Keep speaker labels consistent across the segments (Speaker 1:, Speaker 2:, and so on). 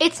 Speaker 1: It's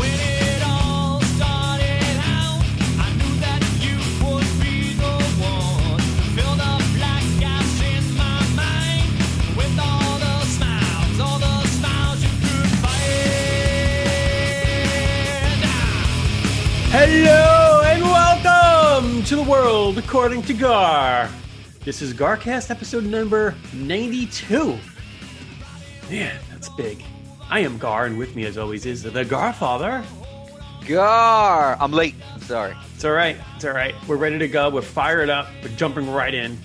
Speaker 2: When it all started out, I knew that you would be the one. Filled up black gaps in my mind with all the smiles, all the smiles you could find.
Speaker 3: Hello and welcome to the world according to Gar. This is Garcast episode number 92. Man, that's big. I am Gar, and with me, as always, is the Garfather.
Speaker 4: Gar. I'm late. I'm sorry.
Speaker 3: It's all right. It's all right. We're ready to go. We're fired up. We're jumping right in.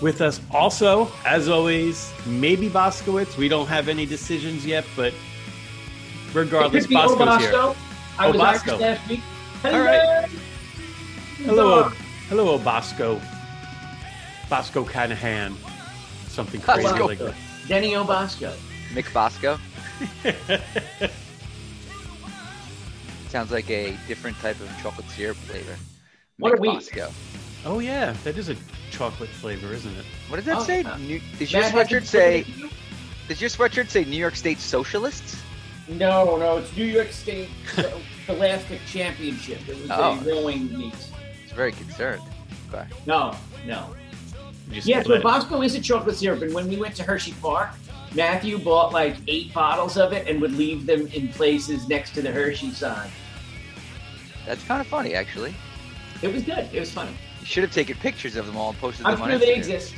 Speaker 3: With us, also, as always, maybe Boskowitz. We don't have any decisions yet, but regardless,
Speaker 5: It could be
Speaker 3: Boskowitz here.
Speaker 5: Obasco. I was
Speaker 3: Obasco.
Speaker 5: Irish last week. Hello.
Speaker 3: All right. Hello,
Speaker 5: Gar.
Speaker 3: hello, Bosco. Bosco Canahan. Something crazy
Speaker 5: Bosco.
Speaker 3: like that.
Speaker 5: Denny Obasco.
Speaker 4: Mick Bosco. Sounds like a different type of chocolate syrup flavor.
Speaker 5: What
Speaker 4: Mick
Speaker 5: are we?
Speaker 4: Bosco.
Speaker 3: Oh yeah, that is a chocolate flavor, isn't it?
Speaker 4: What does that
Speaker 5: Oh,
Speaker 4: say?
Speaker 5: yeah.
Speaker 4: New, does your
Speaker 5: Matt, have you
Speaker 4: sweatshirt say?
Speaker 5: looked
Speaker 4: Does your sweatshirt say New York State Socialists?
Speaker 5: at you? No, no, it's New York State Scholastic Championship. It was
Speaker 4: Oh.
Speaker 5: a rowing meet.
Speaker 4: It's very concerned. Gar.
Speaker 5: No, no.
Speaker 3: You just
Speaker 5: Yes,
Speaker 3: let
Speaker 5: but
Speaker 3: it-
Speaker 5: Bosco is a chocolate syrup, and when we went to Hershey Park, Matthew bought like eight bottles of it and would leave them in places next to the Hershey sign.
Speaker 4: That's kind of funny, actually.
Speaker 5: It was good. It was funny.
Speaker 4: You should have taken pictures of them all and posted
Speaker 5: I'm
Speaker 4: them on
Speaker 5: sure they
Speaker 4: Instagram.
Speaker 5: exist.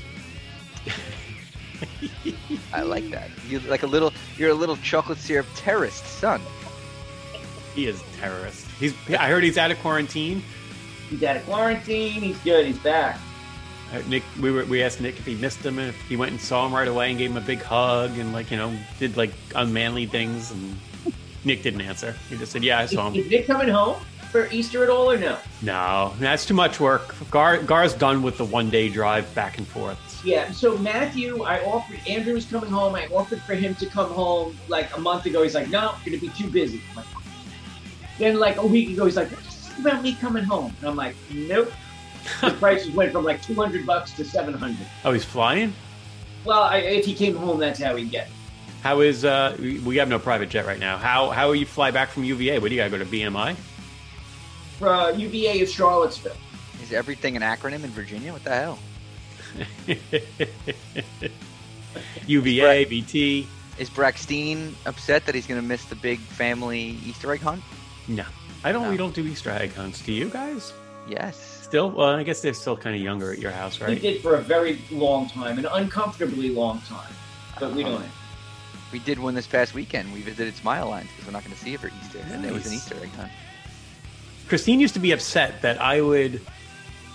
Speaker 4: I like that. You like a little. You're a little chocolate syrup terrorist, son.
Speaker 3: he is a terrorist. He's. I heard he's out of quarantine.
Speaker 5: He's out of quarantine. He's good. He's back.
Speaker 3: Uh, Nick, we were we asked Nick if he missed him, and if he went and saw him right away, and gave him a big hug, and like you know, did like unmanly things, and Nick didn't answer. He just said, "Yeah, I
Speaker 5: Is,
Speaker 3: saw him."
Speaker 5: is Nick coming home for Easter at all or no?
Speaker 3: no, that's too much work. Gar Gar's done with the one day drive back and forth.
Speaker 5: Yeah, so Matthew, I offered Andrew was coming home. I offered for him to come home like a month ago. He's like, no, I'm gonna be too busy. I'm like, then like a week ago, he's like, "What's this about me coming home, and I'm like, nope. the prices went from like 200 bucks to 700.
Speaker 3: Oh, he's flying.
Speaker 5: Well, I, if he came home, that's how he'd get. it.
Speaker 3: How is uh we- we have no private jet right now. How how you fly back from UVA? What do you gotta go to BMI?
Speaker 5: For uh, UVA of Charlottesville.
Speaker 4: Is everything an acronym in Virginia? What the hell?
Speaker 3: UVA, BT.
Speaker 4: Is Braxton upset that he's going to miss the big family Easter egg hunt?
Speaker 3: No. I don't
Speaker 4: No.
Speaker 3: we don't do Easter egg hunts. Do you guys?
Speaker 4: Yes.
Speaker 3: Still? Well, I guess they're still kinda younger at your house,
Speaker 5: He
Speaker 3: right?
Speaker 5: did for a very long time, an uncomfortably long time. But we don't.
Speaker 4: We did one this past weekend. We visited Smile Lines because we're not going to see it for Easter, and it was an
Speaker 3: Nice.
Speaker 4: Easter egg hunt.
Speaker 3: Christine used to be upset that I would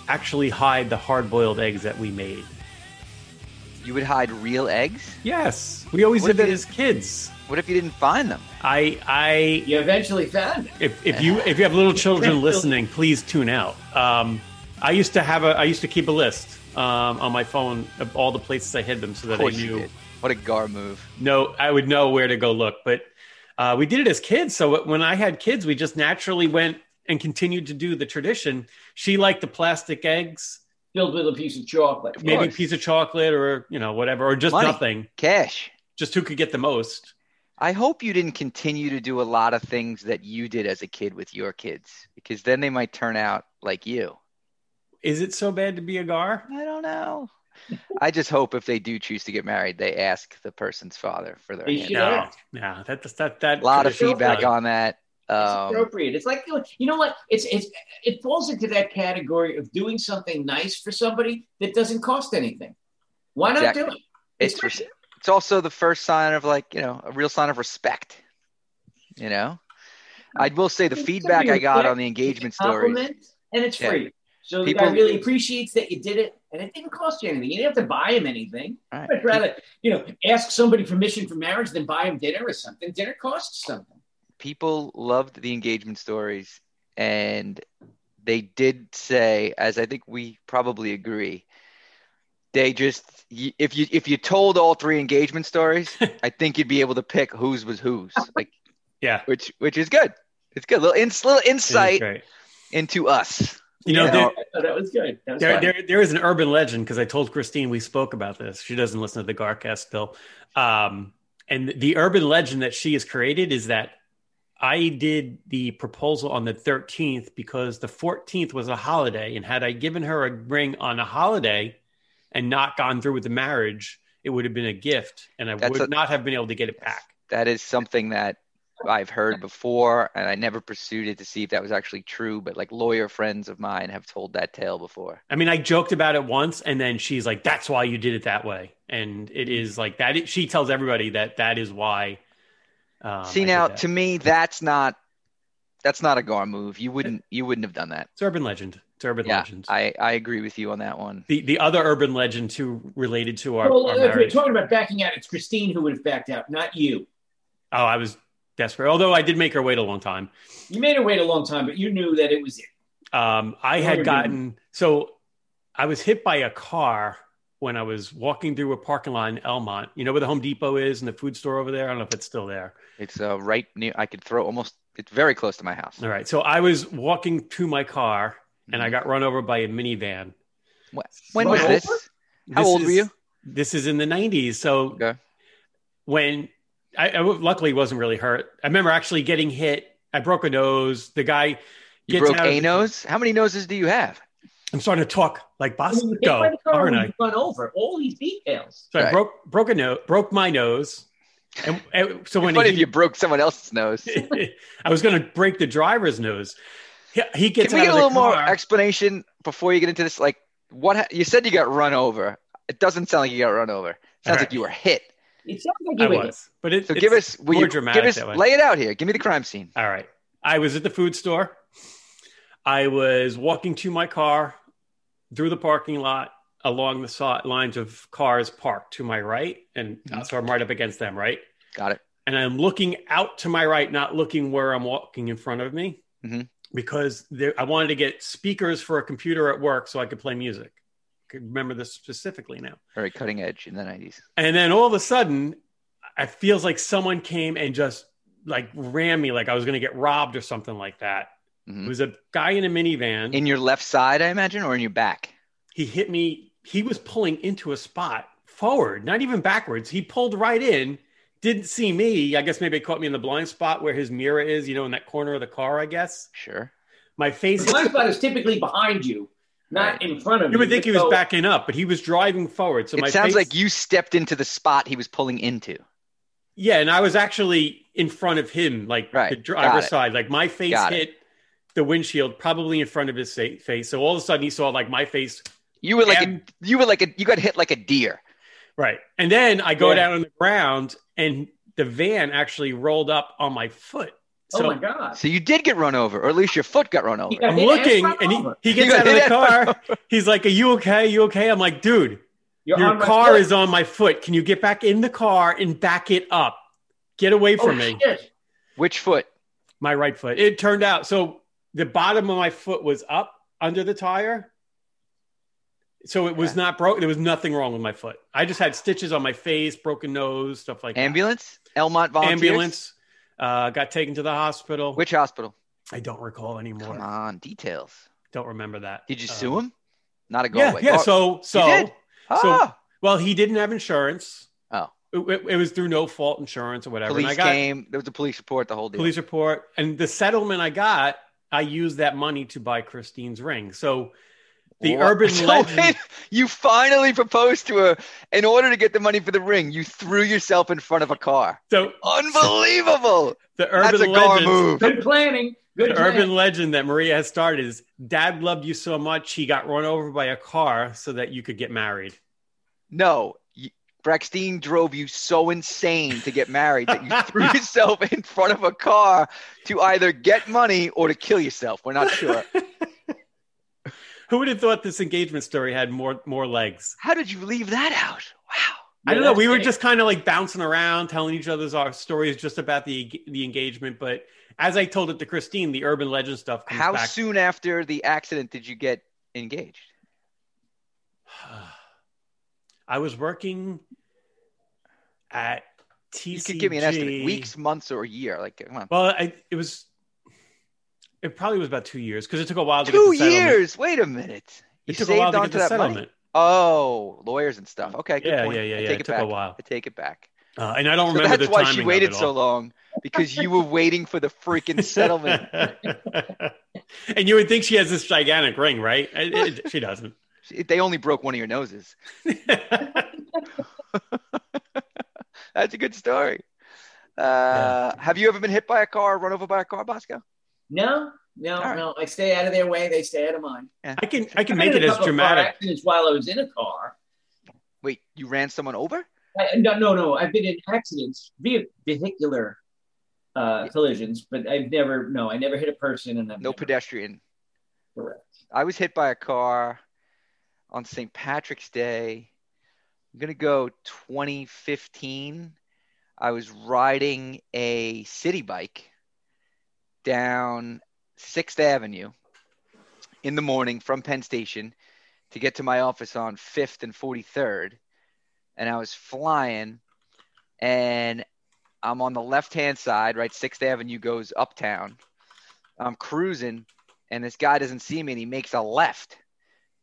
Speaker 3: actually hide the hard boiled eggs that we made.
Speaker 4: You would hide real eggs.
Speaker 3: Yes. We always
Speaker 4: What
Speaker 3: did
Speaker 4: if
Speaker 3: that
Speaker 4: you-
Speaker 3: as kids.
Speaker 4: What if you didn't find them?
Speaker 3: I I
Speaker 5: You eventually found it.
Speaker 3: if, if you if you have little children listening, please tune out. Um, I used to have a I used to keep a list um, on my phone of all the places I hid them so
Speaker 4: Of
Speaker 3: that I
Speaker 4: course you
Speaker 3: knew
Speaker 4: did. What a gar move.
Speaker 3: no I would know where to go look. But uh, we did it as kids, so when I had kids, we just naturally went and continued to do the tradition. She liked the plastic eggs,
Speaker 5: Filled with a piece of chocolate.
Speaker 4: Of
Speaker 3: maybe a
Speaker 4: course.
Speaker 3: piece of chocolate or you know whatever, or just
Speaker 4: Money.
Speaker 3: nothing,
Speaker 4: Cash.
Speaker 3: just who could get the most.
Speaker 4: I hope you didn't continue to do a lot of things that you did as a kid with your kids, because then they might turn out like you.
Speaker 3: Is it so bad to be a gar?
Speaker 4: I don't know. I just hope if they do choose to get married, they ask the person's father for their
Speaker 5: They
Speaker 4: hand.
Speaker 5: should
Speaker 3: No, no, that that that
Speaker 4: A lot of
Speaker 3: tradition's
Speaker 4: feedback
Speaker 3: done.
Speaker 4: on that.
Speaker 5: It's
Speaker 4: Um,
Speaker 5: appropriate. It's like you know what? It's it's it falls into that category of doing something nice for somebody that doesn't cost anything. Why not do
Speaker 4: Exactly.
Speaker 5: it?
Speaker 4: it's
Speaker 5: not-
Speaker 4: it's also the first sign of like you know a real sign of respect. You know, I will say the
Speaker 5: It's
Speaker 4: feedback I got
Speaker 5: respect.
Speaker 4: on the engagement
Speaker 5: it's a compliment,
Speaker 4: story.
Speaker 5: and it's
Speaker 4: Yeah.
Speaker 5: free. So the guy
Speaker 4: People-
Speaker 5: really appreciates that you did it, and it didn't cost you anything. You didn't have to buy him anything.
Speaker 4: All right.
Speaker 5: I'd rather you know ask somebody permission for marriage than buy him dinner or something. Dinner costs something.
Speaker 4: People loved the engagement stories, and they did say, as I think we probably agree, They just y- if you if you told all three engagement stories, I think you'd be able to pick whose was whose. Like
Speaker 3: Yeah.
Speaker 4: which which is good. It's good. Little, ins little insight
Speaker 3: Right.
Speaker 4: into us.
Speaker 3: You know,
Speaker 5: Yeah,
Speaker 3: there,
Speaker 5: so that was good. That was
Speaker 3: There,
Speaker 5: fun.
Speaker 3: there, there is an urban legend because I told Christine we spoke about this. She doesn't listen to the Garcast still. Um, and the urban legend that she has created is that I did the proposal on the 13th because the 14th was a holiday. And had I given her a ring on a holiday and not gone through with the marriage, it would have been a gift and I
Speaker 4: That's
Speaker 3: would
Speaker 4: a-
Speaker 3: not have been able to get it back.
Speaker 4: That is something that I've heard before, and I never pursued it to see if that was actually true. But like lawyer friends of mine have told that tale before.
Speaker 3: I mean, I joked about it once, and then she's like, "That's why you did it that way," and it is like that. It, she tells everybody that that is why. Um,
Speaker 4: see
Speaker 3: I did
Speaker 4: now,
Speaker 3: that.
Speaker 4: to me, that's not that's not a gar move. You wouldn't you wouldn't have done that.
Speaker 3: it's urban legend. It's urban
Speaker 4: yeah,
Speaker 3: legend.
Speaker 4: I I agree with you on that one.
Speaker 3: the the other urban legend too related to our,
Speaker 5: well,
Speaker 3: our
Speaker 5: if we're
Speaker 3: marriage.
Speaker 5: talking about backing out, it's Christine who would have backed out, not you.
Speaker 3: oh, I was desperate. Although I did make her wait a long time.
Speaker 5: You made her wait a long time, but you knew that it was it.
Speaker 3: Um, I
Speaker 5: Oh,
Speaker 3: had
Speaker 5: you're
Speaker 3: gotten so I was hit by a car when I was walking through a parking lot in Elmont. You know where the Home Depot is and the food store over there. I don't know if it's still there.
Speaker 4: It's uh, right near. I could throw almost. It's very close to my house.
Speaker 3: All right. So I was walking to my car and I
Speaker 4: Mm-hmm.
Speaker 3: got run over by a minivan.
Speaker 4: When was
Speaker 5: Well,
Speaker 4: this? How old
Speaker 3: is-
Speaker 4: were you?
Speaker 3: This is in the 90s. So
Speaker 4: Okay.
Speaker 3: when I, I w- luckily wasn't really hurt. I remember actually getting hit. I broke a nose. The guy
Speaker 4: You
Speaker 3: gets
Speaker 4: broke
Speaker 3: out of-
Speaker 4: a nose. How many noses do you have?
Speaker 3: I'm starting to talk like
Speaker 5: I mean, hit
Speaker 3: Bosco,
Speaker 5: by the car
Speaker 3: aren't
Speaker 5: when
Speaker 3: I?
Speaker 5: you run over all these details.
Speaker 3: So I
Speaker 4: Right.
Speaker 3: broke broke a nose, broke my nose, and, and so when
Speaker 4: What
Speaker 3: he-
Speaker 4: if you broke someone else's nose? Can
Speaker 3: I was going to break the driver's nose, he, he
Speaker 4: we
Speaker 3: gets
Speaker 4: get a
Speaker 3: out of the
Speaker 4: little more
Speaker 3: car.
Speaker 4: explanation before you get into this? Like, what ha- you said you got run over. It doesn't sound like you got run over. It sounds
Speaker 3: All
Speaker 4: like you were hit.
Speaker 5: It sounds like
Speaker 3: I
Speaker 5: you were
Speaker 3: was, but it,
Speaker 4: So
Speaker 3: it's-
Speaker 4: give us, will
Speaker 3: more
Speaker 4: you
Speaker 3: dramatic
Speaker 4: give us,
Speaker 3: that way.
Speaker 4: lay it out here. Give me the crime scene.
Speaker 3: All right. I was at the food store. I was walking to my car through the parking lot along the so- lines of cars parked to my right. And uh, so I'm right up against them, right?
Speaker 4: Got it.
Speaker 3: And I'm looking out to my right, not looking where I'm walking in front of me
Speaker 4: Mhm.
Speaker 3: because there, I wanted to get speakers for a computer at work so I could play music. I could remember this specifically now.
Speaker 4: Very cutting edge in the nineties.
Speaker 3: And then all of a sudden, it feels like someone came and just like ran me, like I was going to get robbed or something like that.
Speaker 4: Mhm.
Speaker 3: It was a guy in a minivan.
Speaker 4: In your left side, I imagine, or in your back.
Speaker 3: he hit me. He was pulling into a spot forward, not even backwards. He pulled right in, didn't see me. I guess maybe it caught me in the blind spot where his mirror is, you know, in that corner of the car, I guess.
Speaker 4: Sure.
Speaker 3: My face.
Speaker 5: The blind spot is typically behind you, not in front of you.
Speaker 3: You would think he was
Speaker 5: So
Speaker 3: backing up, but he was driving forward. So my
Speaker 4: it sounds
Speaker 3: face,
Speaker 4: like you stepped into the spot he was pulling into.
Speaker 3: Yeah, and I was actually in front of him, like
Speaker 4: Right.
Speaker 3: the
Speaker 4: Got
Speaker 3: driver's
Speaker 4: it.
Speaker 3: side. Like my face
Speaker 4: Got it.
Speaker 3: hit the windshield, probably in front of his sa- face. So all of a sudden, he saw like my face.
Speaker 4: You were like, a,
Speaker 3: And-
Speaker 4: you were like a, you got hit like a deer.
Speaker 3: Right, and then I go
Speaker 5: Yeah.
Speaker 3: down on the ground, and the van actually rolled up on my foot.
Speaker 5: Oh
Speaker 3: So
Speaker 5: my god!
Speaker 4: So you did get run over, or at least your foot got run over.
Speaker 5: got
Speaker 3: I'm
Speaker 5: hit
Speaker 3: looking,
Speaker 5: and
Speaker 3: and he,
Speaker 5: over.
Speaker 3: he gets
Speaker 4: got
Speaker 3: out of
Speaker 4: hit
Speaker 3: the
Speaker 4: and
Speaker 3: car. He's like, "Are you okay? You okay?" I'm like, "Dude,
Speaker 5: You're
Speaker 3: your
Speaker 5: on my
Speaker 3: car
Speaker 5: foot.
Speaker 3: is on my foot. Can you get back in the car and back it up? Get away
Speaker 5: oh,
Speaker 3: from me."
Speaker 5: shit.
Speaker 4: Which foot?
Speaker 3: my right foot. It turned out so the bottom of my foot was up under the tire. So it was
Speaker 4: Okay.
Speaker 3: not broken. There was nothing wrong with my foot. I just had stitches on my face, broken nose, stuff like
Speaker 4: Ambulance? Elmont
Speaker 3: that.
Speaker 4: Volunteers?
Speaker 3: Ambulance. Uh, got taken to the hospital.
Speaker 4: Which hospital?
Speaker 3: I don't recall anymore.
Speaker 4: Come on, details.
Speaker 3: Don't remember that.
Speaker 4: Did you
Speaker 3: Um,
Speaker 4: sue him? Not a go
Speaker 3: Yeah,
Speaker 4: away.
Speaker 3: yeah. So,
Speaker 4: Oh,
Speaker 3: so,
Speaker 4: did? ah,
Speaker 3: well, he didn't have insurance.
Speaker 4: Oh.
Speaker 3: it, it- it was through no fault insurance or whatever.
Speaker 4: police
Speaker 3: and I got
Speaker 4: came. There was a police report. The whole deal.
Speaker 3: police report and the settlement I got, I used that money to buy Christine's ring. So the
Speaker 4: What?
Speaker 3: urban
Speaker 4: So
Speaker 3: legend.
Speaker 4: wait, you finally proposed to her in order to get the money for the ring. You threw yourself in front of a car.
Speaker 3: So
Speaker 4: Unbelievable.
Speaker 3: the
Speaker 4: That's a
Speaker 3: urban
Speaker 4: gar
Speaker 3: legend,
Speaker 4: move.
Speaker 5: Good planning. Good
Speaker 3: the
Speaker 5: planning.
Speaker 3: urban legend that Maria has started is Dad loved you so much he got run over by a car so that you could get married.
Speaker 4: No. You, Braxtine drove you so insane to get married that you threw yourself in front of a car to either get money or to kill yourself. We're not sure.
Speaker 3: Who would have thought this engagement story had more more legs?
Speaker 4: How did you leave that out? Wow.
Speaker 3: I don't know.
Speaker 5: that's
Speaker 3: We were
Speaker 5: it.
Speaker 3: just kind of like bouncing around, telling each other's our stories just about the the engagement. But as I told it to Christine, the urban legend stuff. Comes
Speaker 4: How
Speaker 3: back.
Speaker 4: soon after the accident did you get engaged?
Speaker 3: I was working at TCG.
Speaker 4: You could give me an estimate: weeks, months, or a year. Like, come on.
Speaker 3: Well, I, it was. It probably was about two years because it took a while to
Speaker 4: Two
Speaker 3: get the settlement.
Speaker 4: years. Wait a minute. You
Speaker 3: It took a
Speaker 4: saved
Speaker 3: while to
Speaker 4: onto
Speaker 3: get the
Speaker 4: that
Speaker 3: settlement.
Speaker 4: money. Oh, lawyers and stuff. Okay, good
Speaker 3: Yeah,
Speaker 4: point.
Speaker 3: yeah, yeah,
Speaker 4: I
Speaker 3: yeah.
Speaker 4: Take
Speaker 3: It
Speaker 4: it,
Speaker 3: took a
Speaker 4: back.
Speaker 3: while.
Speaker 4: I take it back.
Speaker 3: Uh, and I don't
Speaker 4: So
Speaker 3: remember
Speaker 4: that's
Speaker 3: the
Speaker 4: why
Speaker 3: timing
Speaker 4: she
Speaker 3: of
Speaker 4: waited
Speaker 3: it
Speaker 4: so
Speaker 3: all.
Speaker 4: long because you were waiting for the freaking settlement.
Speaker 3: and you would think she has this gigantic ring, right? It- it- she doesn't.
Speaker 4: they only broke one of your noses. That's a good story. Uh, Have you ever been hit by a car, run over by a car, Bosco?
Speaker 5: No, no,
Speaker 4: All right.
Speaker 5: no. I stay out of their way. They stay out of mine.
Speaker 3: I can I can
Speaker 5: I
Speaker 3: make
Speaker 5: had
Speaker 3: it as
Speaker 5: a couple of car
Speaker 3: dramatic.
Speaker 5: accidents while I was in a car.
Speaker 4: Wait, you ran someone over?
Speaker 5: I, no, no, no. I've been in accidents, ve- vehicular uh, collisions, but I've never. No, I never hit a person, and I've
Speaker 4: No
Speaker 5: never-
Speaker 4: pedestrian.
Speaker 5: Correct.
Speaker 4: I was hit by a car on St. Patrick's Day. I'm gonna go 2015. I was riding a city bike down Sixth Avenue in the morning from Penn Station to get to my office on Fifth and 43rd, and I was flying, and I'm on the left-hand side, right? Sixth Avenue goes uptown. I'm cruising, and this guy doesn't see me and he makes a left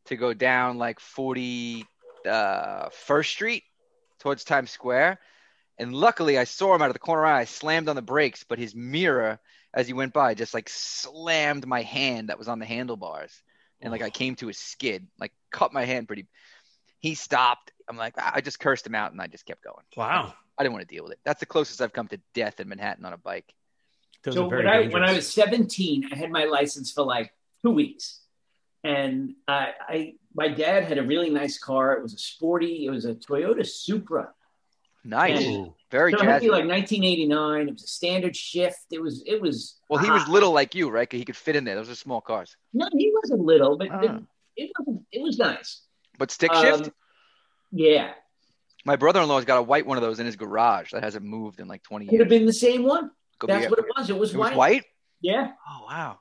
Speaker 4: to go down like 40 uh, first street towards times square and luckily i saw him out of the corner of my eye i slammed on the brakes but his mirror as he went by just like slammed my hand that was on the handlebars and like i came to a skid like cut my hand pretty he stopped i'm like "Ah," i just cursed him out and i just kept going
Speaker 3: Wow,
Speaker 4: i didn't want to deal with it that's the closest i've come to death in manhattan on a bike
Speaker 3: those
Speaker 5: so
Speaker 3: are very
Speaker 5: when I,
Speaker 3: dangerous.
Speaker 5: when I was 17, I had my license for like two weeks, and I, I my dad had a really nice car. It was a sporty. It was a Toyota Supra.
Speaker 4: nice
Speaker 3: Ooh.
Speaker 4: very
Speaker 5: So it must be
Speaker 4: jazzy
Speaker 5: like 1989. It was a standard shift. It was it was.
Speaker 4: well he was
Speaker 5: hot.
Speaker 4: little like you right 'Cause he could fit in there those are small cars
Speaker 5: No, he wasn't little, but
Speaker 4: Ah.
Speaker 5: it, wasn't, it was nice.
Speaker 4: but stick
Speaker 5: Um,
Speaker 4: shift
Speaker 5: Yeah,
Speaker 4: My brother-in-law's got a white one of those in his garage that hasn't moved in like 20
Speaker 5: could have
Speaker 4: years.
Speaker 5: been the same one.
Speaker 4: Could be
Speaker 5: That's
Speaker 4: it.
Speaker 5: what it was. It was,
Speaker 4: It was
Speaker 5: white.
Speaker 4: white?
Speaker 5: Yeah.
Speaker 4: Oh wow.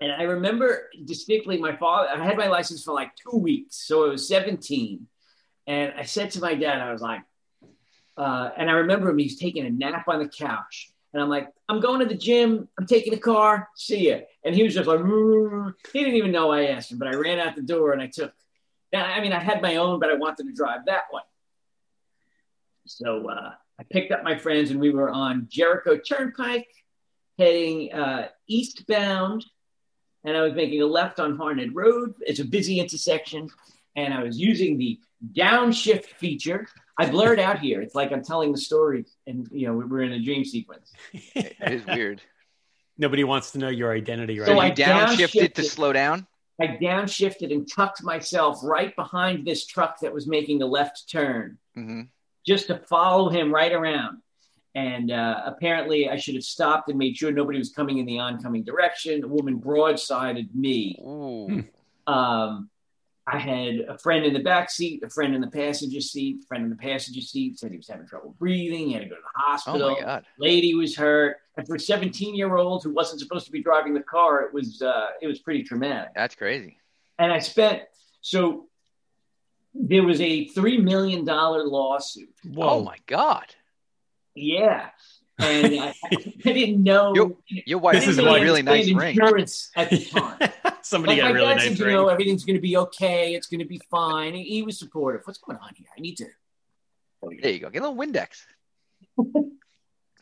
Speaker 5: And I remember distinctly my father, I had my license for like two weeks. So it was 17. And I said to my dad, I was like, uh, and I remember him, he's taking a nap on the couch. And I'm like, I'm going to the gym. I'm taking the car. See ya. And he was just like, "Mm." he didn't even know I asked him, but I ran out the door and I took, now, I mean, I had my own, but I wanted to drive that one. So uh, I picked up my friends and we were on Jericho Turnpike heading uh, eastbound and I was making a left on Harned Road. It's a busy intersection, and I was using the downshift feature. I blurred out here. It's like I'm telling the story, and you know we're in a dream sequence.
Speaker 4: It it is weird.
Speaker 3: Nobody wants to know your identity right
Speaker 5: So
Speaker 4: So
Speaker 3: now.
Speaker 5: I
Speaker 4: you downshifted to
Speaker 5: downshifted.
Speaker 4: slow down?
Speaker 5: I downshifted and tucked myself right behind this truck that was making a left turn,
Speaker 4: hmm
Speaker 5: just to follow him right around. And uh, apparently, I should have stopped and made sure nobody was coming in the oncoming direction. A woman broadsided me.
Speaker 4: Ooh.
Speaker 3: Hmm.
Speaker 5: um, I had a friend in the back seat, a friend in the passenger seat, a friend in the passenger seat said he was having trouble breathing. He had to go to the
Speaker 4: Oh
Speaker 5: hospital.
Speaker 4: my god.
Speaker 5: Lady was hurt, and for a 17 year old who wasn't supposed to be driving the car, it was uh, it was pretty traumatic.
Speaker 4: That's crazy.
Speaker 5: And I spent so there was a three million dollar lawsuit.
Speaker 3: Whoa.
Speaker 4: Oh my god.
Speaker 5: Yeah, and I, I didn't know.
Speaker 4: Yo, Your wife
Speaker 3: This is
Speaker 4: is a
Speaker 3: why-
Speaker 4: really nice ring.
Speaker 5: insurance at the time.
Speaker 3: Somebody
Speaker 5: Like
Speaker 3: got
Speaker 5: my
Speaker 3: a really
Speaker 5: dad
Speaker 3: nice
Speaker 5: said, you
Speaker 3: ring.
Speaker 5: know, everything's going to be okay. It's going to be fine. He, he was supportive. What's going on here? I need to.
Speaker 4: There you go. Get a little Windex.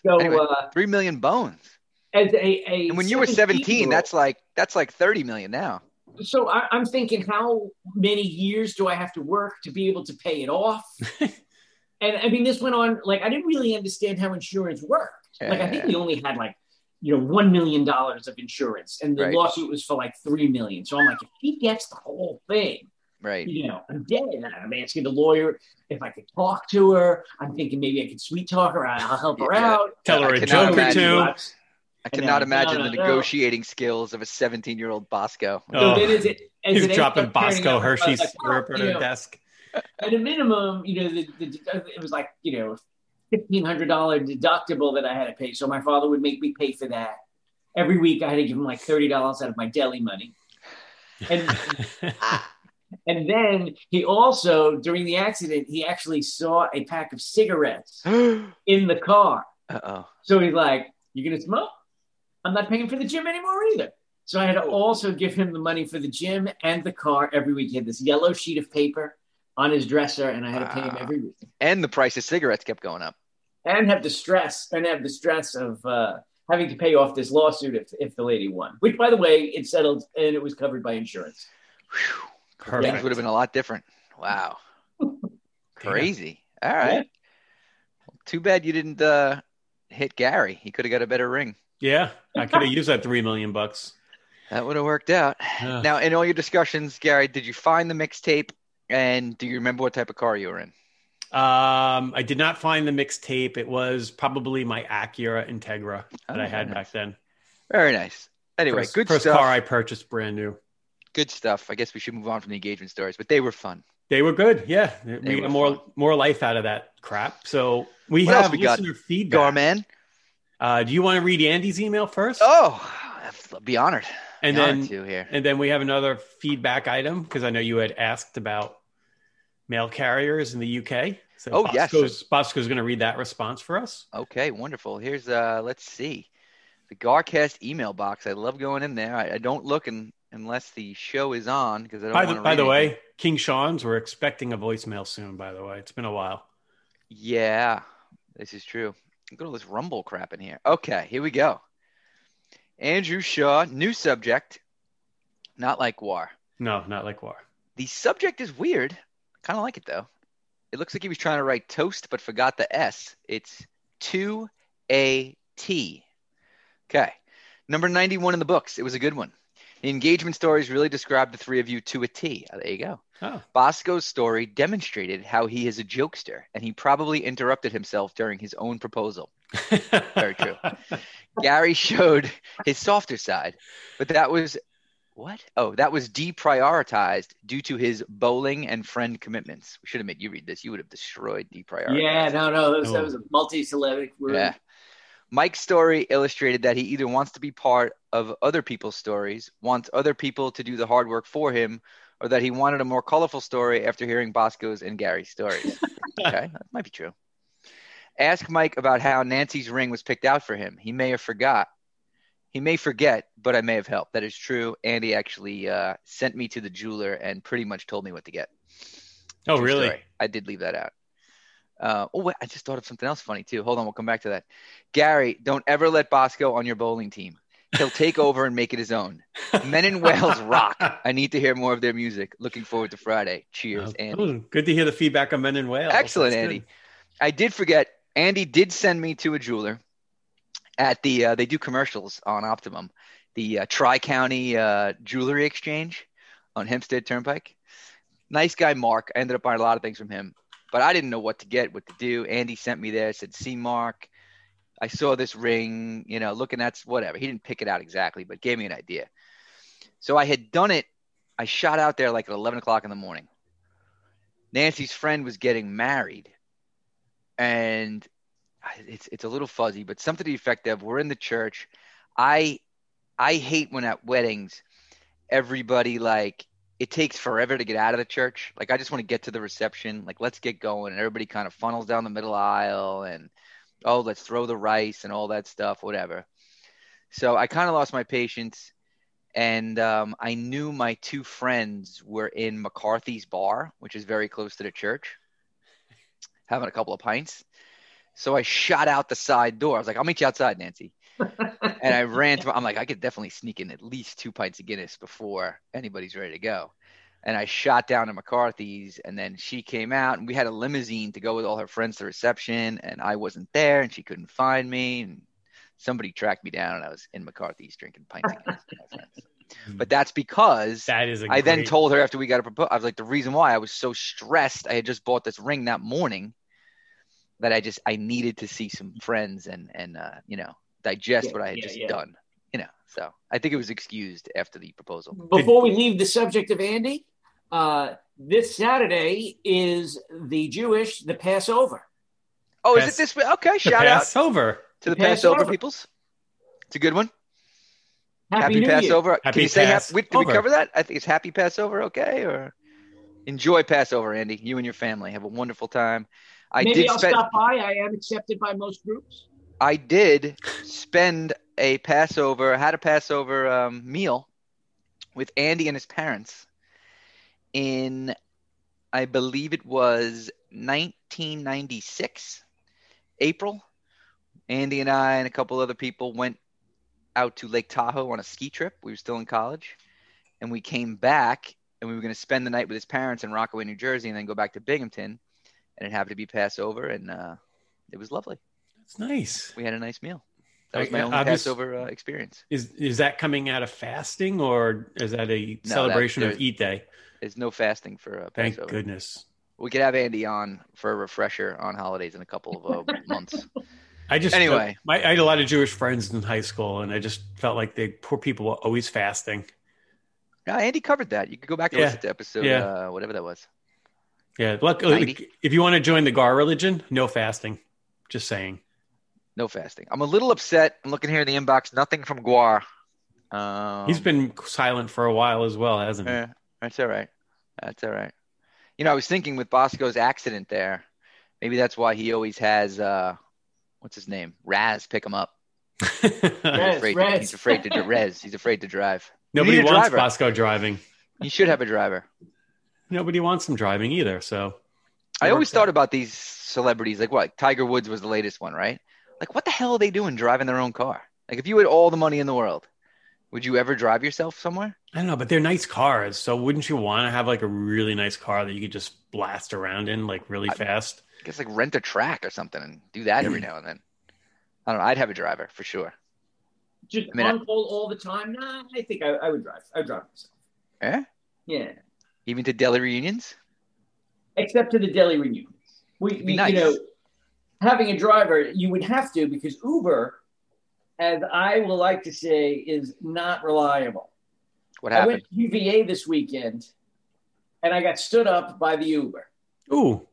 Speaker 5: So,
Speaker 4: Anyway.
Speaker 5: uh,
Speaker 4: Three million bones.
Speaker 5: as a, a
Speaker 4: And when you were 17,
Speaker 5: 17-year-old,
Speaker 4: that's like that's like 30 million now.
Speaker 5: so I, I'm thinking, how many years do I have to work to be able to pay it off? and I mean, this went on. Like, I didn't really understand how insurance worked. Like, I think
Speaker 4: Yeah.
Speaker 5: we only had like. You know, one million dollars of insurance, and the
Speaker 4: Right.
Speaker 5: lawsuit was for like three million. So I'm like, if he gets the whole thing,
Speaker 4: Right.
Speaker 5: you know, I'm dead. And I'm asking the lawyer if I could talk to her. I'm thinking maybe I could sweet talk her. I'll help her
Speaker 4: Yeah.
Speaker 5: out.
Speaker 3: Tell her
Speaker 4: I
Speaker 3: a
Speaker 4: cannot
Speaker 3: joke or
Speaker 4: imagine.
Speaker 3: two.
Speaker 4: I
Speaker 5: And
Speaker 4: cannot
Speaker 5: then-
Speaker 4: imagine
Speaker 5: no,
Speaker 4: the
Speaker 5: no, no.
Speaker 4: negotiating skills of a 17-year-old Bosco.
Speaker 5: So
Speaker 3: Oh,
Speaker 5: then is it, as
Speaker 3: He's
Speaker 5: it ends
Speaker 3: dropping
Speaker 5: up turning
Speaker 3: Bosco
Speaker 5: out, I was
Speaker 3: Hershey's
Speaker 5: like, well,
Speaker 3: syrup on
Speaker 5: you
Speaker 3: her
Speaker 5: know,
Speaker 3: desk.
Speaker 5: At a minimum, you know, the, the, it was like, you know, $1,500 deductible that I had to pay. So my father would make me pay for that. Every week I had to give him like $30 out of my deli money. And And then he also, during the accident, he actually saw a pack of cigarettes
Speaker 4: uh
Speaker 5: in the car.
Speaker 4: oh.
Speaker 5: So he's like, You're going to smoke? I'm not paying for the gym anymore either. So I had to also give him the money for the gym and the car every week. He had this yellow sheet of paper on his dresser, and I had to pay him
Speaker 4: Wow.
Speaker 5: every week.
Speaker 4: And the price of cigarettes kept going up.
Speaker 5: And have the stress, and have the stress of uh, having to pay off this lawsuit if, if the lady won, which, by the way, it settled and it was covered by insurance.
Speaker 4: Whew.
Speaker 3: Perfect.
Speaker 4: Things would have been a lot different. Wow. Crazy. All
Speaker 5: Yeah.
Speaker 4: right. Too bad you didn't uh, hit Gary. He could have got a better ring.
Speaker 3: Yeah, I could have used that three million bucks.
Speaker 4: That would have worked out.
Speaker 3: Yeah.
Speaker 4: Now, in all your discussions, Gary, did you find the mixtape? And do you remember what type of car you were in?
Speaker 3: Um, I did not find the mixtape. It was probably my Acura Integra that I
Speaker 4: Oh,
Speaker 3: had
Speaker 4: nice.
Speaker 3: back then.
Speaker 4: Very nice. Anyway,
Speaker 3: first,
Speaker 4: good
Speaker 3: first
Speaker 4: stuff.
Speaker 3: car I purchased, brand new.
Speaker 4: Good stuff. I guess we should move on from the engagement stories, but they were fun.
Speaker 3: They were good. Yeah, we
Speaker 4: were
Speaker 3: got more
Speaker 4: fun.
Speaker 3: more life out of that crap. So we
Speaker 4: What else
Speaker 3: have
Speaker 4: we got?
Speaker 3: listener feedback.
Speaker 4: Garman.
Speaker 3: Uh, do you want to read Andy's email first?
Speaker 4: Oh, I'd be honored.
Speaker 3: and
Speaker 4: be honored
Speaker 3: then
Speaker 4: to here.
Speaker 3: and then we have another feedback item because I know you had asked about mail carriers in the UK. So
Speaker 4: Oh, yes.
Speaker 3: Bosco's, Bosco's going to read that response for us.
Speaker 4: Okay, wonderful. Here's uh let's see. The Garcast email box. I love going in there. I, I don't look in, unless the show is on because I don't
Speaker 3: By
Speaker 4: wanna
Speaker 3: the, by
Speaker 4: read
Speaker 3: the
Speaker 4: anything.
Speaker 3: way, King Sean's, we're expecting a voicemail soon, by the way. It's been a while.
Speaker 4: Yeah, this is true. Look at all this rumble crap in here. Okay, here we go. Andrew Shaw, new subject. Not like war.
Speaker 3: No, not like War.
Speaker 4: The subject is weird. Kind of like it though. It looks like he was trying to write toast but forgot the S. It's 2AT. Okay. Number 91 in the books. It was a good one. The engagement stories really described the three of you to a T. Oh, there you go.
Speaker 3: Oh.
Speaker 4: Bosco's story demonstrated how he is a jokester and he probably interrupted himself during his own proposal.
Speaker 3: Very
Speaker 4: true. Gary showed his softer side, but that was what? Oh, that was deprioritized due to his bowling and friend commitments. We should have made you read this. You would have destroyed deprioritized.
Speaker 5: Yeah, no, no, that was, that was a multi-syllabic word.
Speaker 4: Yeah. Mike's story illustrated that he either wants to be part of other people's stories, wants other people to do the hard work for him, or that he wanted a more colorful story after hearing Bosco's and Gary's stories. okay, that might be true. Ask Mike about how Nancy's ring was picked out for him. He may have forgot. He may forget, but I may have helped. That is true. Andy actually uh, sent me to the jeweler and pretty much told me what to get.
Speaker 3: Oh,
Speaker 4: True
Speaker 3: really?
Speaker 4: story. I did leave that out. Uh, oh, wait, I just thought of something else funny too. Hold on, we'll come back to that. Gary, don't ever let Bosco on your bowling team. He'll take over and make it his own. Men in Wales rock. I need to hear more of their music. Looking forward to Friday. Cheers,
Speaker 3: Oh,
Speaker 4: Andy.
Speaker 3: cool. Good to hear the feedback on Men in Wales.
Speaker 4: Excellent,
Speaker 3: That's
Speaker 4: Andy.
Speaker 3: good.
Speaker 4: I did forget. Andy did send me to a jeweler at the. Uh, they do commercials on Optimum, the uh, Tri County uh, Jewelry Exchange on Hempstead Turnpike. Nice guy, Mark. I ended up buying a lot of things from him, but I didn't know what to get, what to do. Andy sent me there. Said, "See, Mark, I saw this ring. You know, looking at whatever." He didn't pick it out exactly, but gave me an idea. So I had done it. I shot out there like at eleven o'clock in the morning. Nancy's friend was getting married, and I- it's it's a little fuzzy, but something to the effect of we're in the church. I I hate when at weddings everybody like it takes forever to get out of the church. Like I just want to get to the reception. Like let's get going, and everybody kind of funnels down the middle aisle, and oh let's throw the rice and all that stuff, whatever. So I kind of lost my patience, and um, I knew my two friends were in McCarthy's bar, which is very close to the church having a couple of pints. So I shot out the side door. I was like, I'll meet you outside, Nancy. and I ran to, I'm like, I could definitely sneak in at least two pints of Guinness before anybody's ready to go. And I shot down to McCarthy's, and then she came out, and we had a limousine to go with all her friends to reception. And I wasn't there, and she couldn't find me. And somebody tracked me down, and I was in McCarthy's drinking pints of Guinness with my friends. But that's because
Speaker 3: That is a
Speaker 4: I then
Speaker 3: great-
Speaker 4: told her after we got a proposal, I was like, the reason why I was so stressed, I had just bought this ring that morning that I just I needed to see some friends and and uh, you know digest
Speaker 5: Yeah,
Speaker 4: what I had
Speaker 5: yeah,
Speaker 4: just
Speaker 5: yeah.
Speaker 4: done. You know, so I think it was excused after the proposal.
Speaker 5: Before we leave the subject of Andy, uh, this Saturday is the Jewish the Passover.
Speaker 4: Oh, is
Speaker 3: Pass-
Speaker 4: it this way? Okay,
Speaker 3: The
Speaker 4: shout out
Speaker 3: Passover.
Speaker 4: to the
Speaker 5: The Passover.
Speaker 4: Passover, peoples. It's a good one.
Speaker 5: Happy, New Year.
Speaker 4: Passover.
Speaker 3: Happy
Speaker 4: Can you say hap-
Speaker 3: Passover.
Speaker 4: we- did we cover that? I think it's Happy Passover. Okay, or Enjoy Passover, Andy. You and your family have a wonderful time. I
Speaker 5: Maybe
Speaker 4: did
Speaker 5: I'll
Speaker 4: spend.
Speaker 5: stop by. I am accepted by most groups.
Speaker 4: I did spend a Passover, had a Passover um, meal with Andy and his parents in, I believe it was 1996, April. Andy and I and a couple other people went out to Lake Tahoe on a ski trip. We were still in college. And we came back and we were going to spend the night with his parents in Rockaway, New Jersey, and then go back to Binghamton. And it happened to be Passover, and uh, it was lovely
Speaker 3: That's nice.
Speaker 4: we had a nice meal.
Speaker 3: I-
Speaker 4: That was my
Speaker 3: I-
Speaker 4: only
Speaker 3: I'm just-
Speaker 4: Passover uh, experience.
Speaker 3: Is is that coming out of fasting or is that a
Speaker 4: that-
Speaker 3: celebration of
Speaker 4: there-
Speaker 3: Eat Day?
Speaker 4: There's no fasting for uh,
Speaker 3: Thank
Speaker 4: Passover.
Speaker 3: goodness.
Speaker 4: We could have Andy on for a refresher on holidays in a couple of uh, months.
Speaker 3: I just
Speaker 4: Anyway.
Speaker 3: my, I had a lot of Jewish friends in high school, and I just felt like the poor people were always fasting.
Speaker 4: No, Andy covered that. You could go back and
Speaker 3: Yeah.
Speaker 4: listen to episode
Speaker 3: Yeah.
Speaker 4: uh, whatever that was.
Speaker 3: Yeah, luckily,
Speaker 4: Ninety.
Speaker 3: if you want to join the Gar religion, no fasting. Just saying.
Speaker 4: No fasting. I'm a little upset. I'm looking here in the inbox. Nothing from Guar. Um, eh.
Speaker 3: He's been silent for a while as well, hasn't he?
Speaker 4: Yeah, that's all right. That's all right. You know, I was thinking with Bosco's accident there, maybe that's why he always has uh, what's his name, Raz, pick him up. He's
Speaker 5: Rez,
Speaker 4: afraid,
Speaker 5: Rez.
Speaker 4: he's afraid to dr- Rez. He's afraid to drive. You
Speaker 3: Nobody
Speaker 4: need a
Speaker 3: wants
Speaker 4: driver.
Speaker 3: Bosco driving.
Speaker 4: You should have a driver.
Speaker 3: Nobody wants him driving either. So
Speaker 4: I
Speaker 3: Never
Speaker 4: always
Speaker 3: said.
Speaker 4: thought about these celebrities, like what Tiger Woods was the latest one, right? Like, what the hell are they doing driving their own car? Like, if you had all the money in the world, would you ever drive yourself somewhere?
Speaker 3: I don't know, but they're nice cars. So wouldn't you want to have like a really nice car that you could just blast around in like really
Speaker 4: I-
Speaker 3: fast?
Speaker 4: I guess like rent a track or something and do that every now and then. I don't know. I'd have a driver for sure.
Speaker 5: Just
Speaker 4: I mean, I-
Speaker 5: on call all the time. Nah, I think I, I would drive. I would drive myself.
Speaker 4: Eh?
Speaker 5: Yeah,
Speaker 4: Even to deli reunions.
Speaker 5: except to the deli reunions. We,
Speaker 4: be
Speaker 5: we-
Speaker 4: nice.
Speaker 5: you know, having a driver, you would have to because Uber, as I will like to say, is not reliable.
Speaker 4: What
Speaker 5: I
Speaker 4: happened?
Speaker 5: went to UVA this weekend, and I got stood up by the Uber.
Speaker 3: Ooh,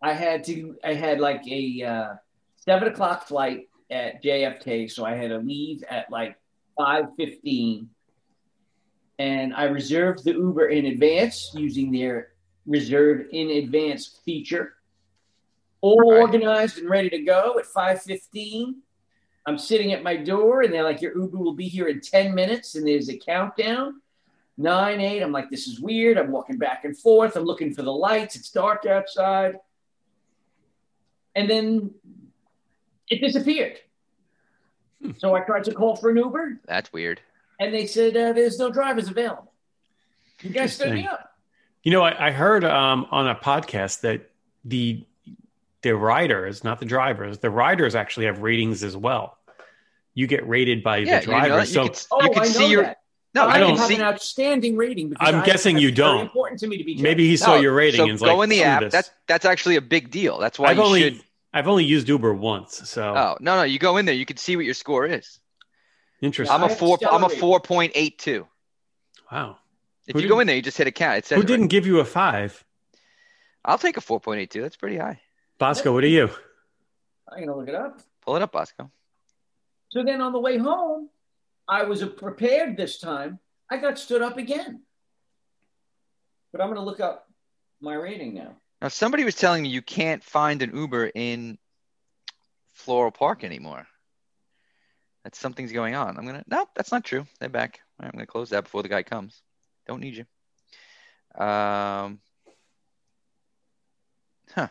Speaker 5: I had to. I had like a uh, seven o'clock flight at JFK, so I had to leave at like five fifteen, and I reserved the Uber in advance using their reserve in advance feature. All
Speaker 4: Right.
Speaker 5: organized and ready to go at five fifteen. I'm sitting at my door, and they're like, "Your Uber will be here in ten minutes," and there's a countdown nine, eight. I'm like, this is weird. I'm walking back and forth. I'm looking for the lights. It's dark outside. And then it disappeared.
Speaker 3: Hmm.
Speaker 5: So I tried to call for an Uber,
Speaker 4: That's weird.
Speaker 5: and they said uh, there's no drivers available. You guys stood me
Speaker 3: Interesting.
Speaker 5: up.
Speaker 3: you know, I, I heard um, on a podcast that the the riders, not the drivers, the riders actually have ratings as well. You get rated by
Speaker 4: Yeah,
Speaker 3: the
Speaker 4: you know,
Speaker 3: driver.
Speaker 4: you
Speaker 3: so
Speaker 4: could-
Speaker 5: Oh,
Speaker 4: could
Speaker 5: I know
Speaker 4: see your-
Speaker 5: that.
Speaker 4: No,
Speaker 5: I,
Speaker 4: I
Speaker 3: don't
Speaker 4: don't
Speaker 5: have
Speaker 4: see.
Speaker 5: an outstanding rating. Because
Speaker 3: I'm
Speaker 5: I-
Speaker 3: guessing
Speaker 5: that's
Speaker 3: you
Speaker 5: very
Speaker 3: don't.
Speaker 5: Important to me to be judged.
Speaker 3: maybe he saw
Speaker 4: No,
Speaker 3: your
Speaker 4: So
Speaker 3: rating. and is
Speaker 4: go
Speaker 3: like,
Speaker 4: in the
Speaker 3: "Screw
Speaker 4: app.
Speaker 3: this."
Speaker 4: That's that's actually a big deal. That's why
Speaker 3: I've
Speaker 4: you
Speaker 3: only
Speaker 4: should.
Speaker 3: I've only used Uber once, so
Speaker 4: Oh no, no, you go in there. You can see what your score is.
Speaker 3: interesting.
Speaker 4: I'm a
Speaker 5: I
Speaker 4: four. I'm a
Speaker 5: accelerate.
Speaker 4: four point eight two.
Speaker 3: wow.
Speaker 4: If
Speaker 3: Who
Speaker 4: you go
Speaker 3: didn't-
Speaker 4: in there, you just hit a count. It says
Speaker 3: Who
Speaker 4: it right-
Speaker 3: didn't give you a five?
Speaker 4: I'll take a 4.82. That's pretty high.
Speaker 3: Bosco, what are you?
Speaker 5: I'm gonna look it up.
Speaker 4: Pull it up, Bosco.
Speaker 5: So then on the way home, I was prepared this time. I got stood up again. But I'm going to look up my rating now.
Speaker 4: Now, somebody was telling me you can't find an Uber in Floral Park anymore. That something's going on. I'm gonna. No, that's not true. They're back. All right, I'm gonna close that before the guy comes. Don't need you. Um. Huh.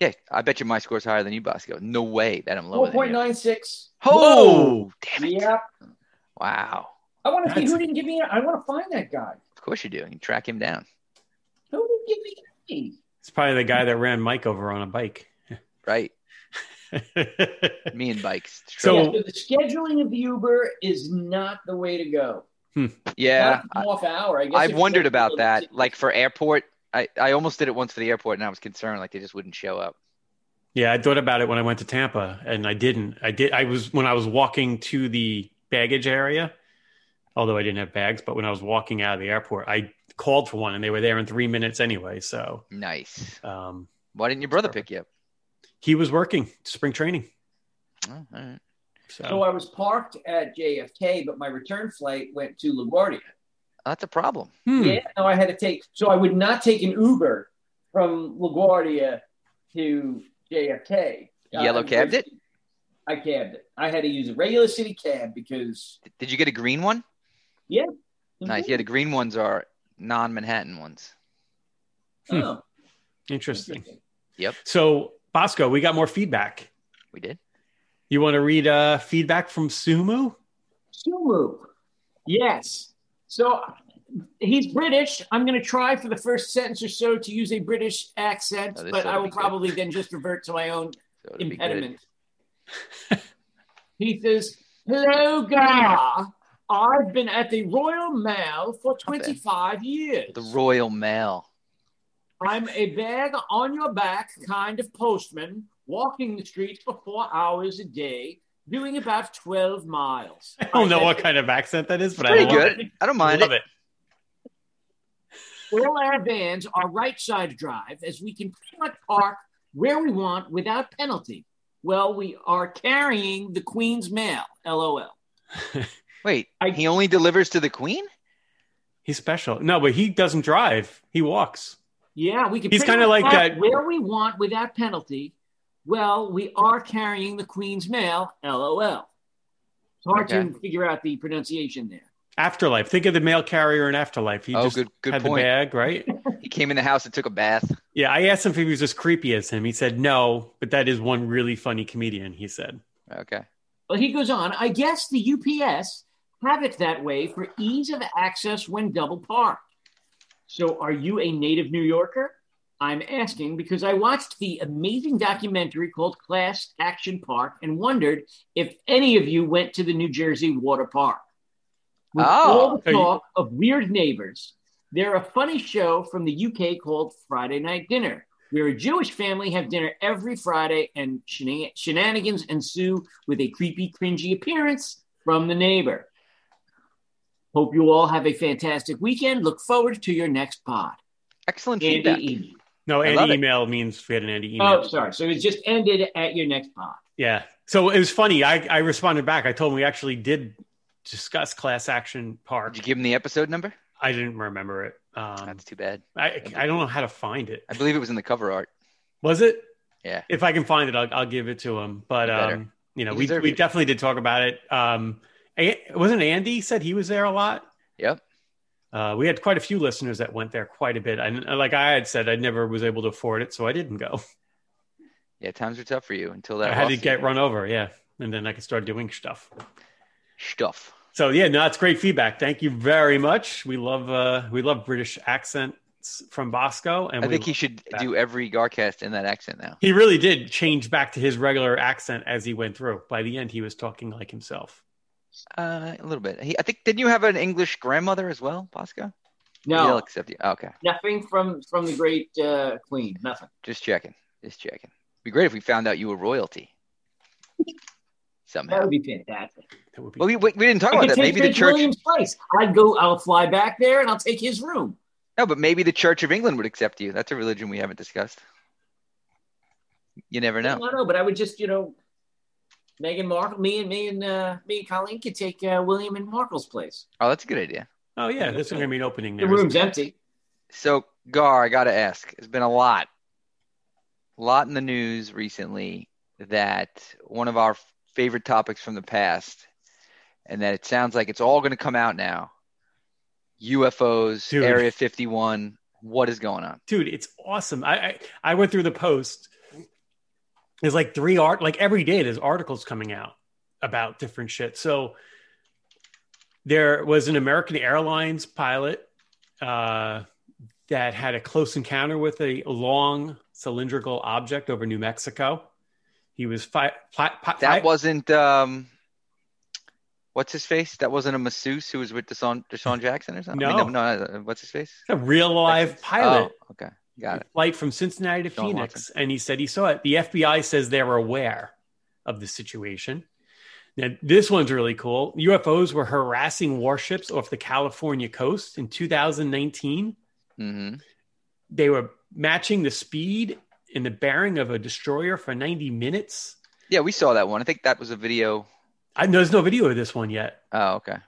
Speaker 4: Yeah, I bet you my score's higher than you, Bosco. No way that I'm lower than you.
Speaker 5: 4.96.
Speaker 4: Oh, damn it!
Speaker 5: Yep.
Speaker 4: Wow.
Speaker 5: I want to see
Speaker 3: That's-
Speaker 5: who didn't give me. I want to find that guy.
Speaker 4: Of course you do. You can track him down.
Speaker 5: Who didn't give me a rating?
Speaker 3: It's probably the guy that ran Mike over on a bike.
Speaker 4: Right. Me and bikes. It's
Speaker 3: So-
Speaker 4: true.
Speaker 5: Yeah, so the scheduling of the Uber is not the way to go.
Speaker 4: yeah.
Speaker 5: Not off hour. I guess
Speaker 4: I've
Speaker 5: if-
Speaker 4: wondered about that. Like for airport, I, I almost did it once for the airport and I was concerned like they just wouldn't show up.
Speaker 3: yeah, I thought about it when I went to Tampa, and I didn't. I did. I was when I was walking to the baggage area, although I didn't have bags. But when I was walking out of the airport, I called for one, and they were there in three minutes anyway. So
Speaker 4: Nice.
Speaker 3: um,
Speaker 4: Why didn't your brother pick you up?
Speaker 3: he was working spring training.
Speaker 4: Oh, all right.
Speaker 3: So,
Speaker 5: So I was parked at JFK, but my return flight went to LaGuardia.
Speaker 4: That's a problem.
Speaker 6: Hmm.
Speaker 5: Yeah, no, I had to take. So I would not take an Uber from LaGuardia to JFK.
Speaker 4: Yellow
Speaker 5: I-
Speaker 4: cabbed it?
Speaker 5: I cabbed it. I had to use a regular city cab because
Speaker 4: Did you get a green one? Nice. Yeah, the green ones are non-Manhattan ones.
Speaker 5: Oh,
Speaker 4: Hmm.
Speaker 3: Interesting.
Speaker 5: interesting.
Speaker 3: So, Bosco, we got more feedback.
Speaker 4: We did.
Speaker 3: You want to read uh, feedback from Sumu?
Speaker 5: Sumu. Yes. So he's British. I'm going to try for the first sentence or so to use a British accent,
Speaker 4: Oh, this
Speaker 5: but
Speaker 4: oughta
Speaker 5: I
Speaker 4: be
Speaker 5: will
Speaker 4: good.
Speaker 5: probably then just revert to my own
Speaker 4: So it'll be good.
Speaker 5: impediment. he says, Hello, Gar. I've been at the Royal Mail for 25 years.
Speaker 4: The Royal Mail.
Speaker 5: I'm a bag on your back kind of postman, walking the streets for four hours a day, doing about 12 miles.
Speaker 3: Oh, I don't know what kind of accent that is, but I
Speaker 4: Pretty
Speaker 3: love
Speaker 4: good.
Speaker 3: it.
Speaker 4: I don't
Speaker 3: I
Speaker 4: mind
Speaker 3: love
Speaker 4: it.
Speaker 3: it.
Speaker 5: All our vans are right side drive, as we can pretty much park where we want without penalty. Well, we are carrying the Queen's mail. LOL.
Speaker 4: Wait,
Speaker 5: I-
Speaker 4: he only delivers to the Queen?
Speaker 3: He's special. No, but he doesn't drive. He walks.
Speaker 5: Yeah, we can.
Speaker 3: He's
Speaker 5: pretty
Speaker 3: kinda like
Speaker 5: much park
Speaker 3: that-
Speaker 5: where we want without penalty. Well, we are carrying the Queen's mail. LOL. It's hard to
Speaker 4: Okay.
Speaker 5: figure out the pronunciation there.
Speaker 3: Afterlife. Think of the mail carrier in Afterlife. He
Speaker 4: oh,
Speaker 3: just
Speaker 4: good good
Speaker 3: had
Speaker 4: point.
Speaker 3: the bag, right?
Speaker 4: He came in the house and took a bath.
Speaker 3: Yeah, I asked him if he was as creepy as him. He said no, but that is one really funny comedian. He said,
Speaker 4: Okay.
Speaker 5: But he goes on, I guess the UPS have it that way for ease of access when double parked. So are you a native New Yorker? I'm asking because I watched the amazing documentary called Class Action Park and wondered if any of you went to the New Jersey Water Park. With
Speaker 4: Oh.
Speaker 5: all
Speaker 3: So
Speaker 5: the
Speaker 3: you-
Speaker 5: talk of weird neighbors, they're a funny show from the UK called Friday Night Dinner, where a Jewish family have dinner every Friday and shenan- shenanigans ensue with a creepy, cringy appearance from the neighbor. Hope you all have a fantastic weekend. Look forward to your next pod.
Speaker 4: Excellent
Speaker 5: Andy
Speaker 4: feedback.
Speaker 5: E.
Speaker 3: "No,
Speaker 4: I love
Speaker 3: Andy
Speaker 4: it.
Speaker 3: email means we had an Andy email."
Speaker 5: Oh, sorry. So it just ended at your next pod.
Speaker 3: Yeah. So it was funny. I, I responded back. I told him we actually did discuss class action
Speaker 4: Did
Speaker 3: park.
Speaker 4: you give him the episode number?
Speaker 3: I didn't remember it. Um,
Speaker 4: That's too bad.
Speaker 3: I I don't know how to find it.
Speaker 4: I believe it was in the cover art.
Speaker 3: Was it?
Speaker 4: Yeah.
Speaker 3: If I can find it, I'll, I'll give it to him. But
Speaker 4: You better.
Speaker 3: um, you know,
Speaker 4: You
Speaker 3: we
Speaker 4: deserve
Speaker 3: we
Speaker 4: it.
Speaker 3: definitely did talk about it. Um, A- wasn't Andy said he was there a lot?
Speaker 4: Yep.
Speaker 3: Uh, we had quite a few listeners that went there quite a bit. And uh, like I had said, I never was able to afford it, so I didn't go.
Speaker 4: Yeah, times were tough for you until that
Speaker 3: I had to
Speaker 4: lawsuit.
Speaker 3: get run over, yeah, and then I could start doing stuff.
Speaker 4: stuff.
Speaker 3: So yeah, no, it's great feedback. Thank you very much. We love uh, we love British accents from Bosco, and
Speaker 4: I
Speaker 3: we,
Speaker 4: think he should do every Garcast in that accent now.
Speaker 3: he really did change back to his regular accent as he went through. By the end, he was talking like himself.
Speaker 4: Uh, a little bit. He, I think didn't you have an English grandmother as well, Bosco? He'll
Speaker 5: No,
Speaker 4: accept you. Oh, okay,
Speaker 5: nothing from from the great uh, queen. Nothing.
Speaker 4: just checking. Just checking. Be great if we found out you were royalty
Speaker 5: That
Speaker 4: somehow.
Speaker 5: would be fantastic.
Speaker 3: That would be
Speaker 4: Well, we, we, we didn't talk about
Speaker 5: I could
Speaker 4: that.
Speaker 5: take
Speaker 4: Maybe the
Speaker 5: Prince
Speaker 4: church.
Speaker 5: William's place. I'd go. I'll fly back there and I'll take his room.
Speaker 4: No, but maybe the Church of England would accept you. That's a religion we haven't discussed. You never
Speaker 5: I
Speaker 4: know.
Speaker 5: don't know, but I would just, you know, Meghan Markle, me and me and uh, me and Colleen could take uh, William and Markle's place.
Speaker 4: Oh, that's a good idea.
Speaker 3: oh yeah, there's going to be an opening
Speaker 5: The
Speaker 3: there.
Speaker 5: room's empty.
Speaker 4: So, Gar, I got to ask. It's been a lot, a lot in the news recently that one of our favorite topics from the past, and that it sounds like it's all going to come out now. UFOs,
Speaker 3: Dude.
Speaker 4: Area 51. What is going on?
Speaker 3: dude it's awesome I, I i went through the post there's like three art like every day there's articles coming out about different shit so there was an american airlines pilot uh, that had a close encounter with a long cylindrical object over new mexico he was fi- pli- pi-
Speaker 4: That
Speaker 3: fi-
Speaker 4: wasn't um, what's his face? That wasn't a masseuse who was with Deshaun, Deshaun Jackson or something. I mean,
Speaker 3: No.
Speaker 4: no, no, what's his face?
Speaker 3: a real live pilot
Speaker 4: Oh, okay, got it.
Speaker 3: flight from Cincinnati to
Speaker 4: Sean
Speaker 3: Phoenix, and he said he saw it. The FBI says they're aware of the situation. Now, this one's really cool. UFOs were harassing warships off the California coast in 2019.
Speaker 4: hmm
Speaker 3: They were matching the speed and the bearing of a destroyer for 90 minutes.
Speaker 4: Yeah, we saw that one. I think that was a video.
Speaker 3: I, there's no video of this one yet.
Speaker 4: Oh, okay.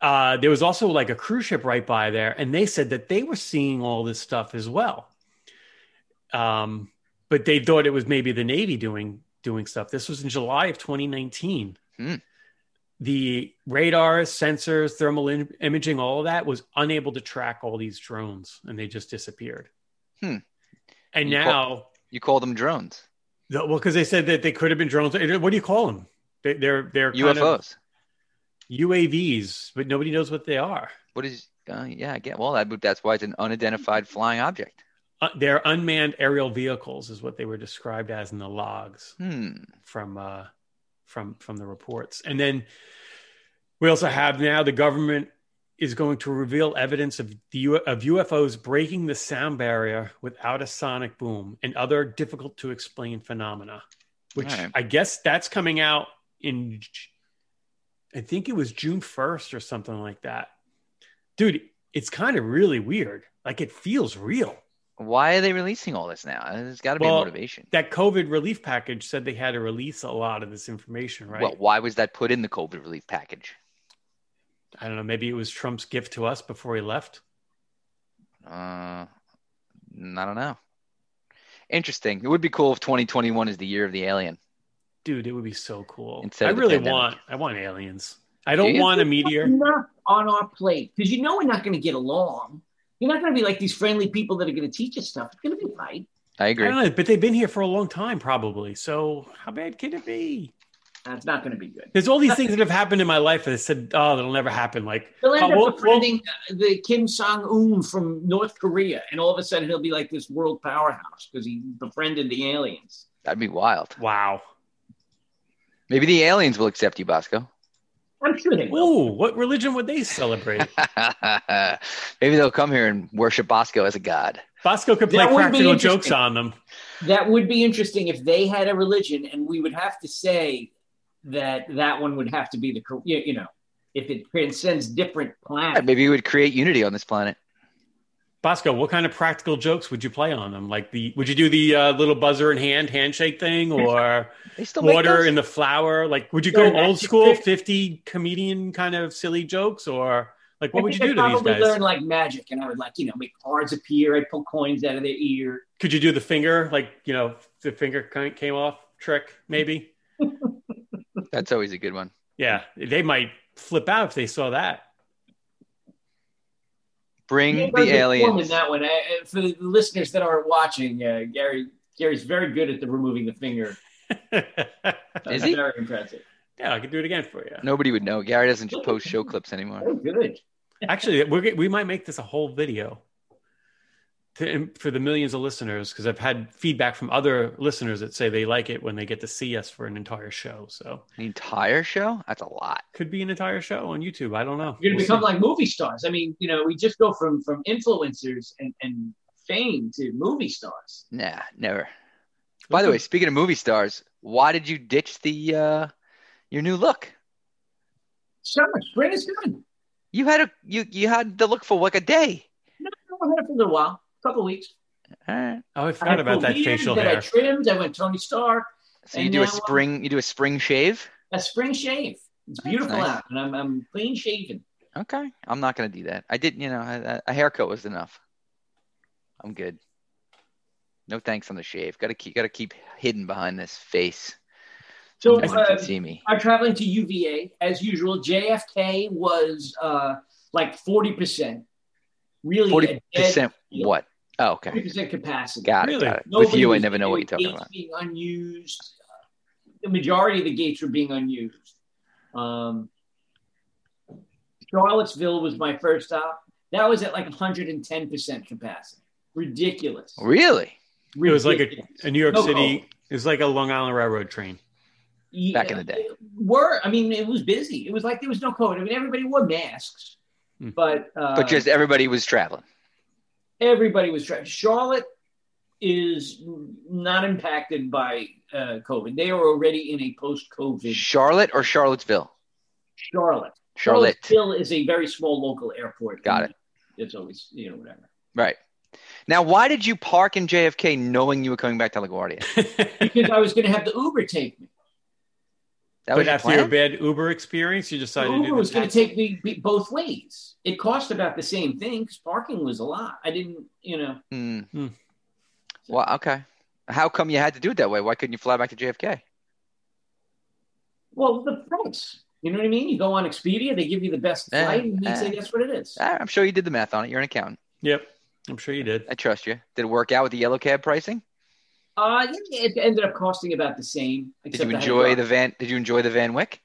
Speaker 3: uh, there was also like a cruise ship right by there, and they said that they were seeing all this stuff as well. Um, but they thought it was maybe the Navy doing doing stuff. This was in July of 2019.
Speaker 4: Hmm.
Speaker 3: The radars, sensors, thermal im- imaging, all of that was unable to track all these drones, and they just disappeared.
Speaker 4: Hmm.
Speaker 3: And
Speaker 4: You call-
Speaker 3: now.
Speaker 4: You call them drones,
Speaker 3: The, well, because they said that they could have been drones. What do you call them? They, they're they're kind of
Speaker 4: UFOs.
Speaker 3: UAVs, but nobody knows what they are.
Speaker 4: What is? Uh, yeah, I get. Well, that, that's why it's an unidentified flying object.
Speaker 3: Uh, they're unmanned aerial vehicles, is what they were described as in the logs
Speaker 4: Hmm.
Speaker 3: from uh, from from the reports. And then we also have now the government is going to reveal evidence of the U- of UFOs breaking the sound barrier without a sonic boom and other difficult to explain phenomena, which
Speaker 4: All right.
Speaker 3: I guess that's coming out in J- I think it was June 1st or something like that. Dude, it's kind of really weird. Like it feels real.
Speaker 4: Why are they releasing all this now? There's got to be
Speaker 3: Well,
Speaker 4: a motivation.
Speaker 3: That COVID relief package said they had to release a lot of this information, right?
Speaker 4: Well, why was that put in the COVID relief package?
Speaker 3: I don't know. Maybe it was Trump's gift to us before he left.
Speaker 4: Uh, I don't know. Interesting. It would be cool if 2021 is the year of the alien.
Speaker 3: Dude, it would be so cool.
Speaker 4: Instead
Speaker 3: I
Speaker 4: of the
Speaker 3: really
Speaker 4: pandemic.
Speaker 3: want. I want aliens. I
Speaker 4: Do
Speaker 3: don't
Speaker 4: you?
Speaker 3: want a meteor.
Speaker 5: Enough on our plate because you know we're not going to get along. You're not going to be like these friendly people that are going to teach us stuff. It's going to be right.
Speaker 4: I
Speaker 3: I
Speaker 4: agree.
Speaker 3: don't know, but they've been here for a long time, probably. So how bad can it be?
Speaker 5: That's not going to be good.
Speaker 3: There's all these things that have happened in my life that I said, oh, that'll never happen. Like,
Speaker 5: They'll end
Speaker 3: oh,
Speaker 5: up
Speaker 3: well-
Speaker 5: befriending uh, the Kim Jong Un from North Korea, and all of a sudden he'll be like this world powerhouse because he befriended the aliens.
Speaker 4: That'd be wild.
Speaker 3: well- wow.
Speaker 4: Maybe the aliens will accept you, Bosco.
Speaker 5: I'm sure they will.
Speaker 3: Ooh, what religion would they celebrate?
Speaker 4: Maybe they'll come here and worship Bosco as a god.
Speaker 3: Bosco could play
Speaker 5: That would be
Speaker 3: practical
Speaker 5: interesting.
Speaker 3: jokes on them.
Speaker 5: That would be interesting if they had a religion, and we would have to say that that one would have to be the Kor- you you know if it transcends different
Speaker 4: Yeah,
Speaker 5: planets.
Speaker 4: Maybe we would create unity on this planet.
Speaker 3: Bosco, what kind of practical jokes would you play on them? Like the would you do the uh, little buzzer in hand handshake thing, or
Speaker 4: They still make
Speaker 3: water
Speaker 4: those?
Speaker 3: in the flour? Like, would you
Speaker 5: Yeah,
Speaker 3: go
Speaker 5: that's
Speaker 3: old school
Speaker 5: it.
Speaker 3: fifty comedian kind of silly jokes, or like what
Speaker 5: I
Speaker 3: would you
Speaker 5: think
Speaker 3: do
Speaker 5: I'd
Speaker 3: to these
Speaker 5: probably
Speaker 3: guys?
Speaker 5: learn like magic, and I would like you know make cards appear. I'd pull coins out of their ear.
Speaker 3: Could you do the finger, like you know, the finger kind came off trick? Maybe.
Speaker 4: That's always a good one.
Speaker 3: Yeah, they might flip out if they saw that.
Speaker 4: Bring
Speaker 5: Yeah,
Speaker 4: the
Speaker 5: there's a form
Speaker 4: aliens.
Speaker 5: in that one. I, I- for the listeners that aren't watching, uh, Gary Gary's very good at the removing the finger. That
Speaker 4: Is
Speaker 5: was
Speaker 4: he?
Speaker 5: Very impressive.
Speaker 3: yeah, I could do it again for you.
Speaker 4: Nobody would know. Gary doesn't post show clips anymore.
Speaker 5: Oh, good.
Speaker 3: Actually, we're, get- we might make this a whole video to, for the millions of listeners because I've had feedback from other listeners that say they like it when they get to see us for an entire show. So
Speaker 4: An entire show? That's a lot.
Speaker 3: could be an entire show on YouTube. I don't know.
Speaker 5: You're gonna
Speaker 3: We'll
Speaker 5: become
Speaker 3: see.
Speaker 5: like movie stars. I mean, you know, we just go from from influencers and and fame to movie stars.
Speaker 4: Nah, never. By the way, speaking of movie stars, why did you ditch the uh, your new look?
Speaker 5: So much. Brent is good.
Speaker 4: You had a you you had the look for like a day.
Speaker 5: No, I had it for a little while, a couple weeks.
Speaker 4: All right.
Speaker 3: oh, I
Speaker 5: I
Speaker 3: forgot
Speaker 5: had
Speaker 3: about
Speaker 5: full
Speaker 3: that
Speaker 5: beard
Speaker 3: facial
Speaker 5: that I
Speaker 3: hair.
Speaker 5: trimmed. I went Tony Stark.
Speaker 4: So you
Speaker 5: And
Speaker 4: do a
Speaker 5: now, uh,
Speaker 4: spring you do a spring shave?
Speaker 5: A spring shave. It's beautiful
Speaker 4: nice.
Speaker 5: out, and I'm I'm clean shaven.
Speaker 4: Okay. I'm not gonna do that. I didn't, you know, I- I- a haircut was enough. I'm good. No thanks on the shave. Got to keep got to keep hidden behind this face.
Speaker 5: So
Speaker 4: Everyone
Speaker 5: uh,
Speaker 4: can see me.
Speaker 5: are traveling to UVA as usual. JFK was uh, like forty percent, really
Speaker 4: Forty
Speaker 5: forty
Speaker 4: percent. What? Oh, okay.
Speaker 5: percent capacity.
Speaker 4: Got it.
Speaker 3: Really?
Speaker 4: Got it. With
Speaker 5: Nobody
Speaker 4: you, I
Speaker 5: was-
Speaker 4: never know what you're talking
Speaker 5: gates
Speaker 4: about.
Speaker 5: Being unused, Uh, the majority of the gates were being unused. Um, Charlottesville was my first stop. That was at like 110% capacity. Ridiculous.
Speaker 4: Really?
Speaker 3: It was like a,
Speaker 5: Ridiculous.
Speaker 3: a New York
Speaker 5: No
Speaker 3: City.
Speaker 5: hope.
Speaker 3: It was like a Long Island Railroad train.
Speaker 5: Yeah,
Speaker 4: Back in the day.
Speaker 5: Were I mean, it was busy. It was like there was no COVID. I mean, everybody wore masks,
Speaker 3: Hmm.
Speaker 5: but uh,
Speaker 4: But just everybody was traveling.
Speaker 5: everybody was trapped. Charlotte is not impacted by uh, COVID. They are already in a post-COVID
Speaker 4: Charlotte or Charlottesville?
Speaker 5: Charlotte.
Speaker 4: Charlotte.
Speaker 5: still is a very small local airport.
Speaker 4: Got it.
Speaker 5: It's always you know whatever.
Speaker 4: Right. Now, why did you park in JFK knowing you were coming back to LaGuardia?
Speaker 5: Because I was going to have the Uber take me.
Speaker 4: That
Speaker 3: but
Speaker 4: was your
Speaker 3: after your
Speaker 4: plan?
Speaker 3: bad Uber experience, you decided to
Speaker 5: Uber
Speaker 3: do
Speaker 5: was
Speaker 3: the
Speaker 5: going to take me be- both ways. It cost about the same thing because parking was a lot. I didn't, you know.
Speaker 4: Hmm.
Speaker 3: Hmm.
Speaker 4: Well, okay. How come you had to do it that way? Why couldn't you fly back to JFK?
Speaker 5: Well, the price. You know what I mean? You go on Expedia, they give you the best
Speaker 4: Yeah,
Speaker 5: flight, and you
Speaker 4: yeah.
Speaker 5: say that's what it is.
Speaker 4: Ah, I'm sure you did the math on it. You're an accountant.
Speaker 3: Yep, I'm sure you did.
Speaker 4: I trust you. Did it work out with the yellow cab pricing?
Speaker 5: Uh, it it ended up costing about the same.
Speaker 4: Did
Speaker 5: except
Speaker 4: you
Speaker 5: I had
Speaker 4: enjoy
Speaker 5: a-
Speaker 4: the van? Did you enjoy the Van Wick?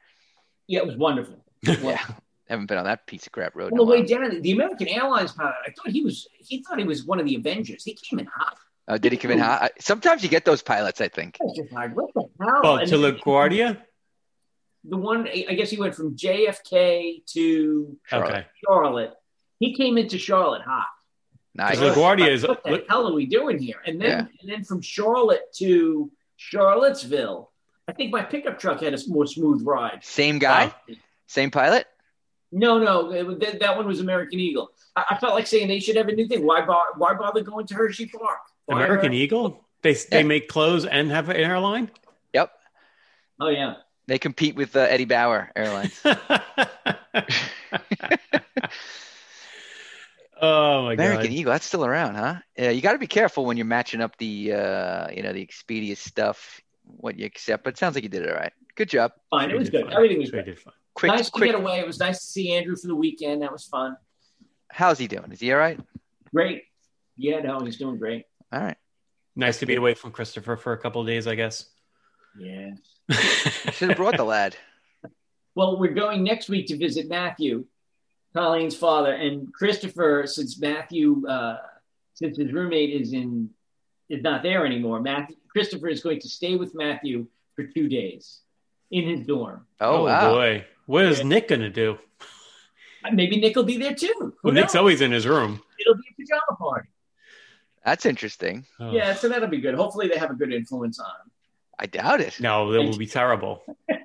Speaker 5: Yeah, it was wonderful.
Speaker 4: Yeah, haven't been on that piece of crap road. in
Speaker 5: On the
Speaker 4: a while.
Speaker 5: way down, the American Airlines pilot, I thought he was he thought he was one of the Avengers. He came in hot.
Speaker 4: Oh, did he come in hot? I- Sometimes you get those pilots, I think.
Speaker 5: I was just like, what the hell?
Speaker 3: Oh,
Speaker 5: And
Speaker 3: to LaGuardia?
Speaker 5: the one I guess he went from JFK to
Speaker 4: Charlotte.
Speaker 3: Okay.
Speaker 5: Charlotte. He came into Charlotte hot.
Speaker 4: Nice.
Speaker 3: Because LaGuardia
Speaker 5: Like,
Speaker 3: is.
Speaker 5: what the hell are we doing here? And then
Speaker 4: Yeah.
Speaker 5: and then from Charlotte to Charlottesville, I think my pickup truck had a more smooth ride.
Speaker 4: Same guy, same pilot.
Speaker 5: No, no, it was- that, that one was American Eagle. I, I felt like saying they should have a new thing. Why bother? Why bother going to Hershey Park? Why
Speaker 3: American E-
Speaker 5: Her-
Speaker 3: Eagle? They, they
Speaker 4: Yeah.
Speaker 3: make clothes and have an airline?
Speaker 4: Yep,
Speaker 5: Oh yeah,
Speaker 4: they compete with uh, Eddie Bauer Airlines.
Speaker 3: oh, my
Speaker 4: American
Speaker 3: God.
Speaker 4: Eagle, that's still around, huh? Yeah, you got to be careful when you're matching up the, uh, you know, the Expedia stuff, what you accept. But it sounds like you did it all right. Good job.
Speaker 5: fine.
Speaker 3: Sure
Speaker 5: it was
Speaker 3: did
Speaker 5: good.
Speaker 3: fine.
Speaker 5: Everything was
Speaker 3: Sure
Speaker 5: good.
Speaker 3: did fine.
Speaker 4: Quick,
Speaker 5: nice
Speaker 4: quick.
Speaker 5: to get away. It was nice to see Andrew for the weekend. That was fun.
Speaker 4: How's he doing? Is he all right?
Speaker 5: Great. Yeah, no, he's doing great.
Speaker 4: All right.
Speaker 3: Nice to be away from Christopher for a couple of days, I guess.
Speaker 5: Yeah.
Speaker 4: Should have brought the lad.
Speaker 5: Well, we're going next week to visit Matthew, Colleen's father, and Christopher. Since Matthew, uh, since his roommate is in, is not there anymore. Matthew, Christopher is going to stay with Matthew for two days in his dorm.
Speaker 4: Oh, wow.
Speaker 3: boy. What is Nick going to do?
Speaker 5: Uh, Maybe Nick will be there too. Who
Speaker 3: Well, Nick's
Speaker 5: knows?
Speaker 3: always in his room.
Speaker 5: It'll be a pajama party.
Speaker 4: That's interesting.
Speaker 3: Oh.
Speaker 5: Yeah, so that'll be good. Hopefully, they have a good influence on him.
Speaker 4: I doubt it.
Speaker 3: No, that will be terrible.
Speaker 4: You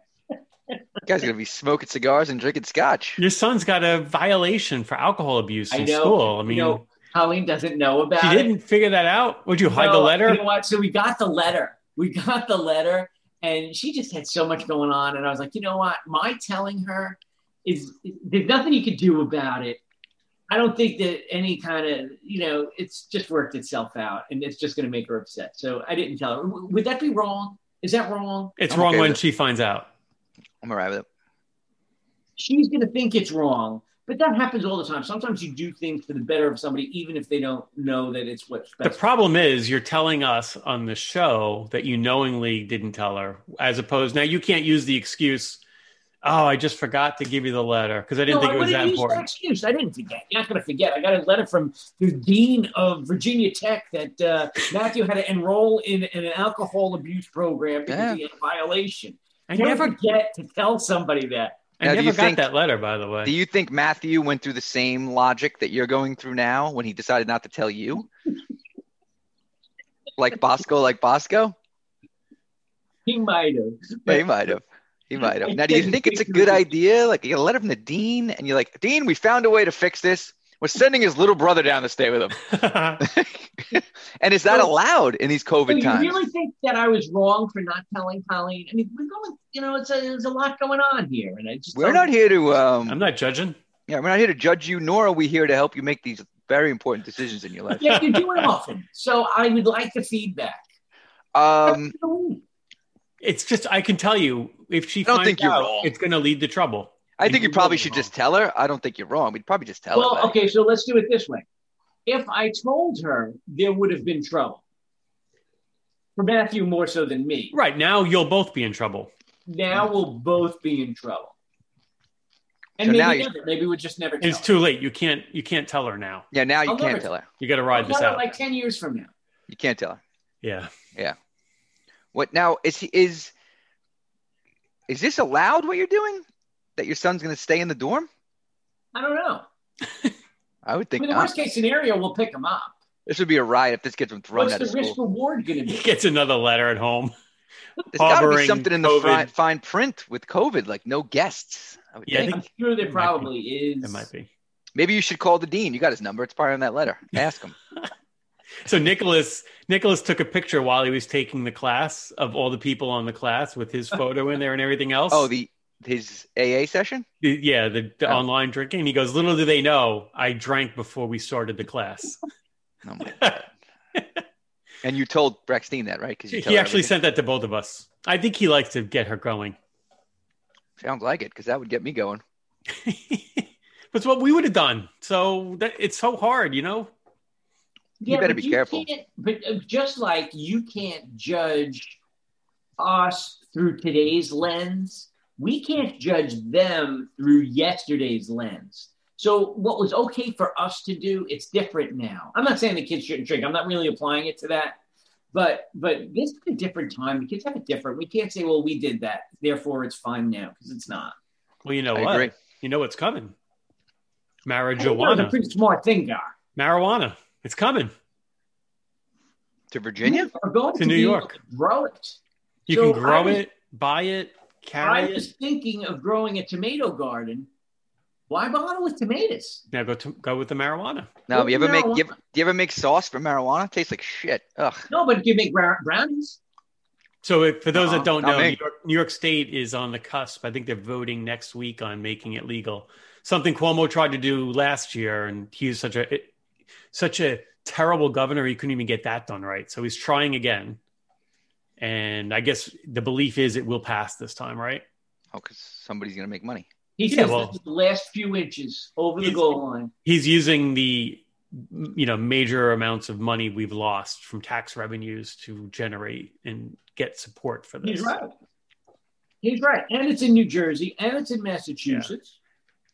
Speaker 4: guys are gonna be smoking cigars and drinking scotch.
Speaker 3: Your son's got a violation for alcohol abuse
Speaker 5: I
Speaker 3: in
Speaker 5: know.
Speaker 3: school. I mean,
Speaker 5: you know, Colleen doesn't know about
Speaker 3: she
Speaker 5: it.
Speaker 3: didn't figure that out. Would you hide the
Speaker 5: No,
Speaker 3: letter?
Speaker 5: You know what? So we got the letter. We got the letter, and she just had so much going on. And I was like, you know what? My telling her is there's nothing you could do about it. I don't think that any kind of you know it's just worked itself out, and it's just going to make her upset. So I didn't tell her. W- Would that be wrong? Is that wrong?
Speaker 3: it's
Speaker 4: I'm
Speaker 3: wrong
Speaker 4: okay
Speaker 3: when
Speaker 4: with it.
Speaker 3: she finds out.
Speaker 4: I'm alright with it.
Speaker 5: She's going to think it's wrong. But that happens all the time. Sometimes you do things for the better of somebody, even if they don't know that it's what's
Speaker 3: The
Speaker 5: best.
Speaker 3: problem is you're telling us on the show that you knowingly didn't tell her, as opposed now you can't use the excuse, "Oh, I just forgot to give you the letter because I didn't think it was
Speaker 5: wouldn't
Speaker 3: that
Speaker 5: use
Speaker 3: important."
Speaker 5: excuse. I didn't forget. You're not going to forget. I got a letter from the dean of Virginia Tech that uh, Matthew had to enroll in, in an alcohol abuse program because
Speaker 4: Yeah.
Speaker 5: he had a violation.
Speaker 3: I
Speaker 5: You
Speaker 3: never,
Speaker 5: forget to tell somebody that.
Speaker 3: I
Speaker 4: Now, do
Speaker 3: never
Speaker 4: you
Speaker 3: got
Speaker 4: think-
Speaker 3: that letter, by the way.
Speaker 4: Do you think Matthew went through the same logic that you're going through now when he decided not to tell you? like Bosco, like Bosco?
Speaker 5: He might have.
Speaker 4: Yeah, he might have. He might have. Now, do you think it's a good idea? Like, you get a letter from the dean, and you're like, Dean, we found a way to fix this. We're sending his little brother down to stay with him. And is that
Speaker 5: So-
Speaker 4: allowed in these
Speaker 5: So
Speaker 4: COVID
Speaker 5: you
Speaker 4: times?
Speaker 5: really think that I was wrong for not telling Colleen? I mean, we're going. You know, it's a, there's a lot going on here, and I just
Speaker 4: We're
Speaker 5: don't-
Speaker 4: not here to,
Speaker 3: I'm
Speaker 4: um,
Speaker 3: not judging.
Speaker 4: yeah, we're not here to judge you, nor are we here to help you make these very important decisions in your life.
Speaker 5: Yeah, you do it often. So I would like the feedback.
Speaker 4: Um,
Speaker 3: It's just I can tell you if she
Speaker 4: I don't
Speaker 3: finds
Speaker 4: think you're
Speaker 3: out,
Speaker 4: wrong.
Speaker 3: it's going to lead to trouble.
Speaker 4: I think
Speaker 3: You
Speaker 4: you probably
Speaker 3: were
Speaker 4: should
Speaker 3: wrong.
Speaker 4: just tell her. I don't think you're wrong. We'd probably just tell her.
Speaker 5: Well,
Speaker 4: but-
Speaker 5: okay, so let's do it this way. If I told her, there would have been trouble. For Matthew more so than me.
Speaker 3: Right now, you'll both be in trouble.
Speaker 5: Now we'll both be in trouble. And
Speaker 4: So now
Speaker 5: maybe
Speaker 4: you-
Speaker 5: never. Maybe we just never.
Speaker 3: It's
Speaker 5: tell.
Speaker 3: too late. You can't. You can't tell her now.
Speaker 4: Yeah, now you
Speaker 5: I'll
Speaker 4: can't
Speaker 5: never-
Speaker 4: tell her.
Speaker 3: You got to
Speaker 5: How
Speaker 3: ride this
Speaker 5: about,
Speaker 3: out.
Speaker 5: Like ten years from now.
Speaker 4: You can't tell her.
Speaker 3: yeah.
Speaker 4: What now is he is is this allowed what you're doing? That your son's gonna stay in the dorm?
Speaker 5: I don't know.
Speaker 4: I would
Speaker 5: I
Speaker 4: think
Speaker 5: mean, the
Speaker 4: not.
Speaker 5: worst case scenario, we'll pick him up.
Speaker 4: This would be a riot if this gets him thrown
Speaker 5: What's
Speaker 4: out
Speaker 5: the
Speaker 4: of
Speaker 5: risk
Speaker 4: school.
Speaker 5: reward going to
Speaker 3: He
Speaker 5: be?
Speaker 3: gets another letter at home.
Speaker 4: There's gotta
Speaker 3: harboring
Speaker 4: be something in the fi-
Speaker 3: COVID?
Speaker 4: fine print with COVID, like no guests. I would
Speaker 3: Yeah, I
Speaker 4: think.
Speaker 5: I'm sure
Speaker 3: It might
Speaker 5: there
Speaker 3: be.
Speaker 5: probably is.
Speaker 3: It might be.
Speaker 4: Maybe you should call the dean. You got his number. It's probably on that letter. Ask him.
Speaker 3: So Nicholas Nicholas took a picture while he was taking the class of all the people on the class with his photo in there and everything else.
Speaker 4: Oh, the his AA session.
Speaker 3: The- yeah, the, the
Speaker 4: Oh.
Speaker 3: online drinking. He goes, little do they know, I drank before we started the class.
Speaker 4: Oh my god. and you told Braxton that, right? Because
Speaker 3: he actually sent that to both of us. I think he likes to get her going.
Speaker 4: sounds like it because that would get me going.
Speaker 3: but it's what we would have done. So that, it's so hard, you know.
Speaker 5: Yeah,
Speaker 4: better
Speaker 5: but
Speaker 4: be careful.
Speaker 5: can't- But uh, just like you can't judge us through today's lens, we can't judge them through yesterday's lens. So what was okay for us to do, it's different now. I'm not saying the kids shouldn't drink. I'm not really applying it to that. But but this is a different time. The kids have it different. We can't say, well, we did that, therefore it's fine now, because it's not.
Speaker 3: Well, you know
Speaker 4: I
Speaker 3: what?
Speaker 4: agree.
Speaker 3: You know what's coming.
Speaker 5: That's a
Speaker 3: Marijuana.
Speaker 5: pretty smart thing, Gar.
Speaker 3: Marijuana. It's coming.
Speaker 4: To Virginia,
Speaker 5: We're going
Speaker 3: To
Speaker 5: to,
Speaker 3: New
Speaker 5: be able
Speaker 3: York.
Speaker 5: to grow it.
Speaker 3: You
Speaker 5: So
Speaker 3: can grow
Speaker 5: I was-
Speaker 3: it, buy it,
Speaker 5: I
Speaker 3: carry
Speaker 5: was
Speaker 3: it.
Speaker 5: thinking of growing a tomato garden. Why bother with tomatoes?
Speaker 3: Now go to, go with the marijuana.
Speaker 4: no.
Speaker 5: Well,
Speaker 4: You ever make
Speaker 5: marijuana-
Speaker 4: you ever, do you ever make sauce for marijuana? Tastes like shit. Ugh.
Speaker 5: No, but give me brown- brownies.
Speaker 3: So if, for those that don't
Speaker 4: not
Speaker 3: know,
Speaker 4: me.
Speaker 3: New York, New York State is on the cusp. I think they're voting next week on making it legal. Something Cuomo tried to do last year, and he's such a it- such a terrible governor. He couldn't even get that done right. So he's trying again. And I guess the belief is it will pass this time, right?
Speaker 4: Oh, because somebody's gonna make money.
Speaker 5: He
Speaker 3: Yeah,
Speaker 5: says
Speaker 3: well-
Speaker 5: this is the last few inches over the
Speaker 3: He's-
Speaker 5: goal line.
Speaker 3: he's using the you know major amounts of money we've lost from tax revenues to generate and get support for this.
Speaker 5: He's right. He's right. And it's in New Jersey and it's in Massachusetts.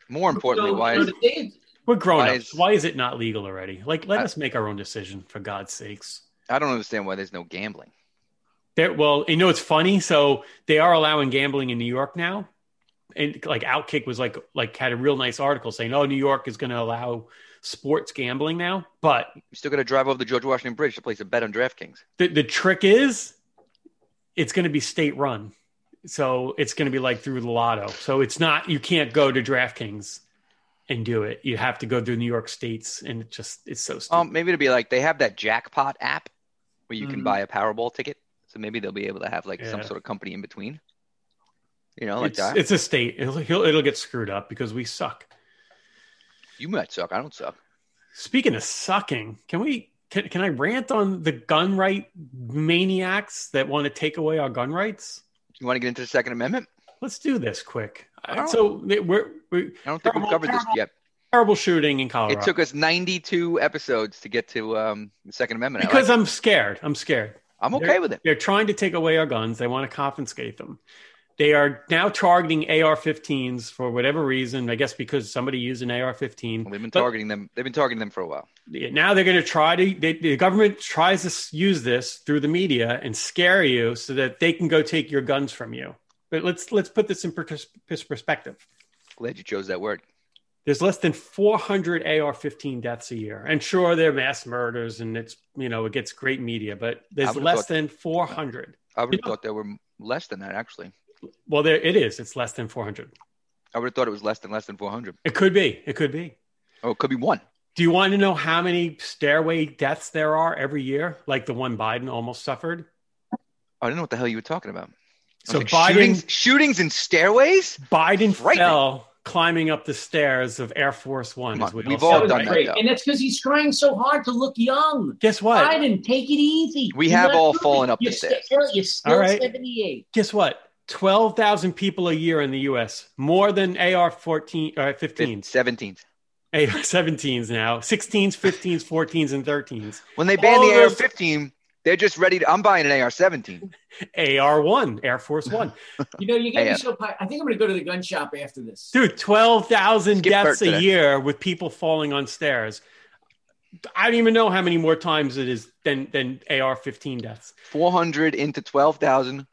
Speaker 4: More importantly,
Speaker 5: So,
Speaker 4: why
Speaker 5: so
Speaker 4: is
Speaker 5: the thing-
Speaker 3: We're grown
Speaker 4: Why
Speaker 3: ups.
Speaker 4: is-
Speaker 3: Why is it not legal already? Like, let
Speaker 4: I-
Speaker 3: us make our own decision for God's sakes.
Speaker 4: I don't understand why there's no gambling.
Speaker 3: There, well, you know it's funny. So they are allowing gambling in New York now, and like Outkick was like like had a real nice article saying, "Oh, New York is going to allow sports gambling now," but
Speaker 4: You still gotta drive over the George Washington Bridge to place a bet on DraftKings.
Speaker 3: the the trick is it's going to be state run so it's going to be like through the lotto so it's not you can't go to draftkings and do it you have to go through new york states and it just it's so stupid.
Speaker 4: Um, maybe it'll be like they have that jackpot app where you can
Speaker 5: Mhm.
Speaker 4: buy a Powerball ticket. So maybe they'll be able to have like some
Speaker 3: Mm. Yeah.
Speaker 4: sort of company in between. You know, like
Speaker 3: it's,
Speaker 4: that.
Speaker 3: it's a state it'll, he'll- it'll get screwed up because we suck
Speaker 4: you might suck. I don't suck.
Speaker 3: speaking of sucking can we can, can i rant on the gun right maniacs that want to take away our gun rights
Speaker 4: You want to get into the Second Amendment?
Speaker 3: let's do this quick
Speaker 4: Oh.
Speaker 3: so we're, we're
Speaker 4: I don't think we've
Speaker 3: Terrible,
Speaker 4: covered this
Speaker 3: terrible.
Speaker 4: yet.
Speaker 3: terrible shooting in colorado
Speaker 4: It took us 92 episodes to get to um, the Second Amendment. I
Speaker 3: because
Speaker 4: like it.
Speaker 3: i'm scared i'm scared
Speaker 4: I'm okay
Speaker 3: there-
Speaker 4: with it.
Speaker 3: They're trying to take away our guns. They want to confiscate them. They are now targeting AR-15s for whatever reason. I guess because somebody used an AR-15.
Speaker 4: They've been
Speaker 3: But-
Speaker 4: targeting them. They've been targeting them for a while.
Speaker 3: Now they're going to try to. They, the government tries to s- use this through the media and scare you so that they can go take your guns from you. But let's let's put this in pers- pers- perspective.
Speaker 4: Glad you chose that word.
Speaker 3: There's less than 400 AR-15 deaths a year, and sure, they're mass murders, and it's you know it gets great media, but there's
Speaker 4: would've
Speaker 3: less
Speaker 4: thought-
Speaker 3: than 400.
Speaker 4: I would
Speaker 3: You
Speaker 4: have
Speaker 3: know-
Speaker 4: thought there were less than that, actually.
Speaker 3: Well, there it is. It's less than 400.
Speaker 4: I would have thought it was less than less than 400.
Speaker 3: It could be. It could be.
Speaker 4: Oh, it could be one.
Speaker 3: Do you want to know how many stairway deaths there are every year? Like the one Biden almost suffered.
Speaker 4: I didn't know what the hell you were talking about. I was
Speaker 3: So
Speaker 4: like,
Speaker 3: Biden
Speaker 4: shootings, shootings in stairways?
Speaker 3: Biden
Speaker 4: Frightening.
Speaker 3: fell climbing up the stairs of Air Force One.
Speaker 4: Come
Speaker 3: as
Speaker 4: on,
Speaker 3: we
Speaker 4: we've
Speaker 3: all
Speaker 4: all
Speaker 3: saw,
Speaker 5: That was
Speaker 4: done
Speaker 3: right?
Speaker 4: that,
Speaker 5: great.
Speaker 4: though.
Speaker 5: And that's because he's trying so hard to look young.
Speaker 3: Guess what?
Speaker 5: Biden, take it easy.
Speaker 4: We
Speaker 5: You're
Speaker 4: have
Speaker 5: not
Speaker 4: all
Speaker 5: doing
Speaker 4: fallen
Speaker 5: it.
Speaker 4: up the
Speaker 5: You're
Speaker 4: stairs.
Speaker 5: Still, you're still
Speaker 3: All right.
Speaker 5: 78.
Speaker 3: Guess what? Twelve thousand people a year in the U.S. more than AR-14 or 15s,
Speaker 4: 17th.
Speaker 3: AR-17s now, 16s, 15s, 14s, and 13s.
Speaker 4: When they ban
Speaker 3: All
Speaker 4: the
Speaker 3: those-
Speaker 4: AR-15, they're just ready to. I'm buying an AR-17.
Speaker 3: AR-1, Air Force One.
Speaker 5: You know, you're getting
Speaker 4: Yeah.
Speaker 5: so pi- I think I'm going to go to the gun shop after this.
Speaker 3: Dude, 12,000
Speaker 4: Skip
Speaker 3: deaths
Speaker 4: Bert
Speaker 3: a
Speaker 4: today.
Speaker 3: year with people falling on stairs. I don't even know how many more times it is than, than AR 15 deaths.
Speaker 4: 400 into 12,000.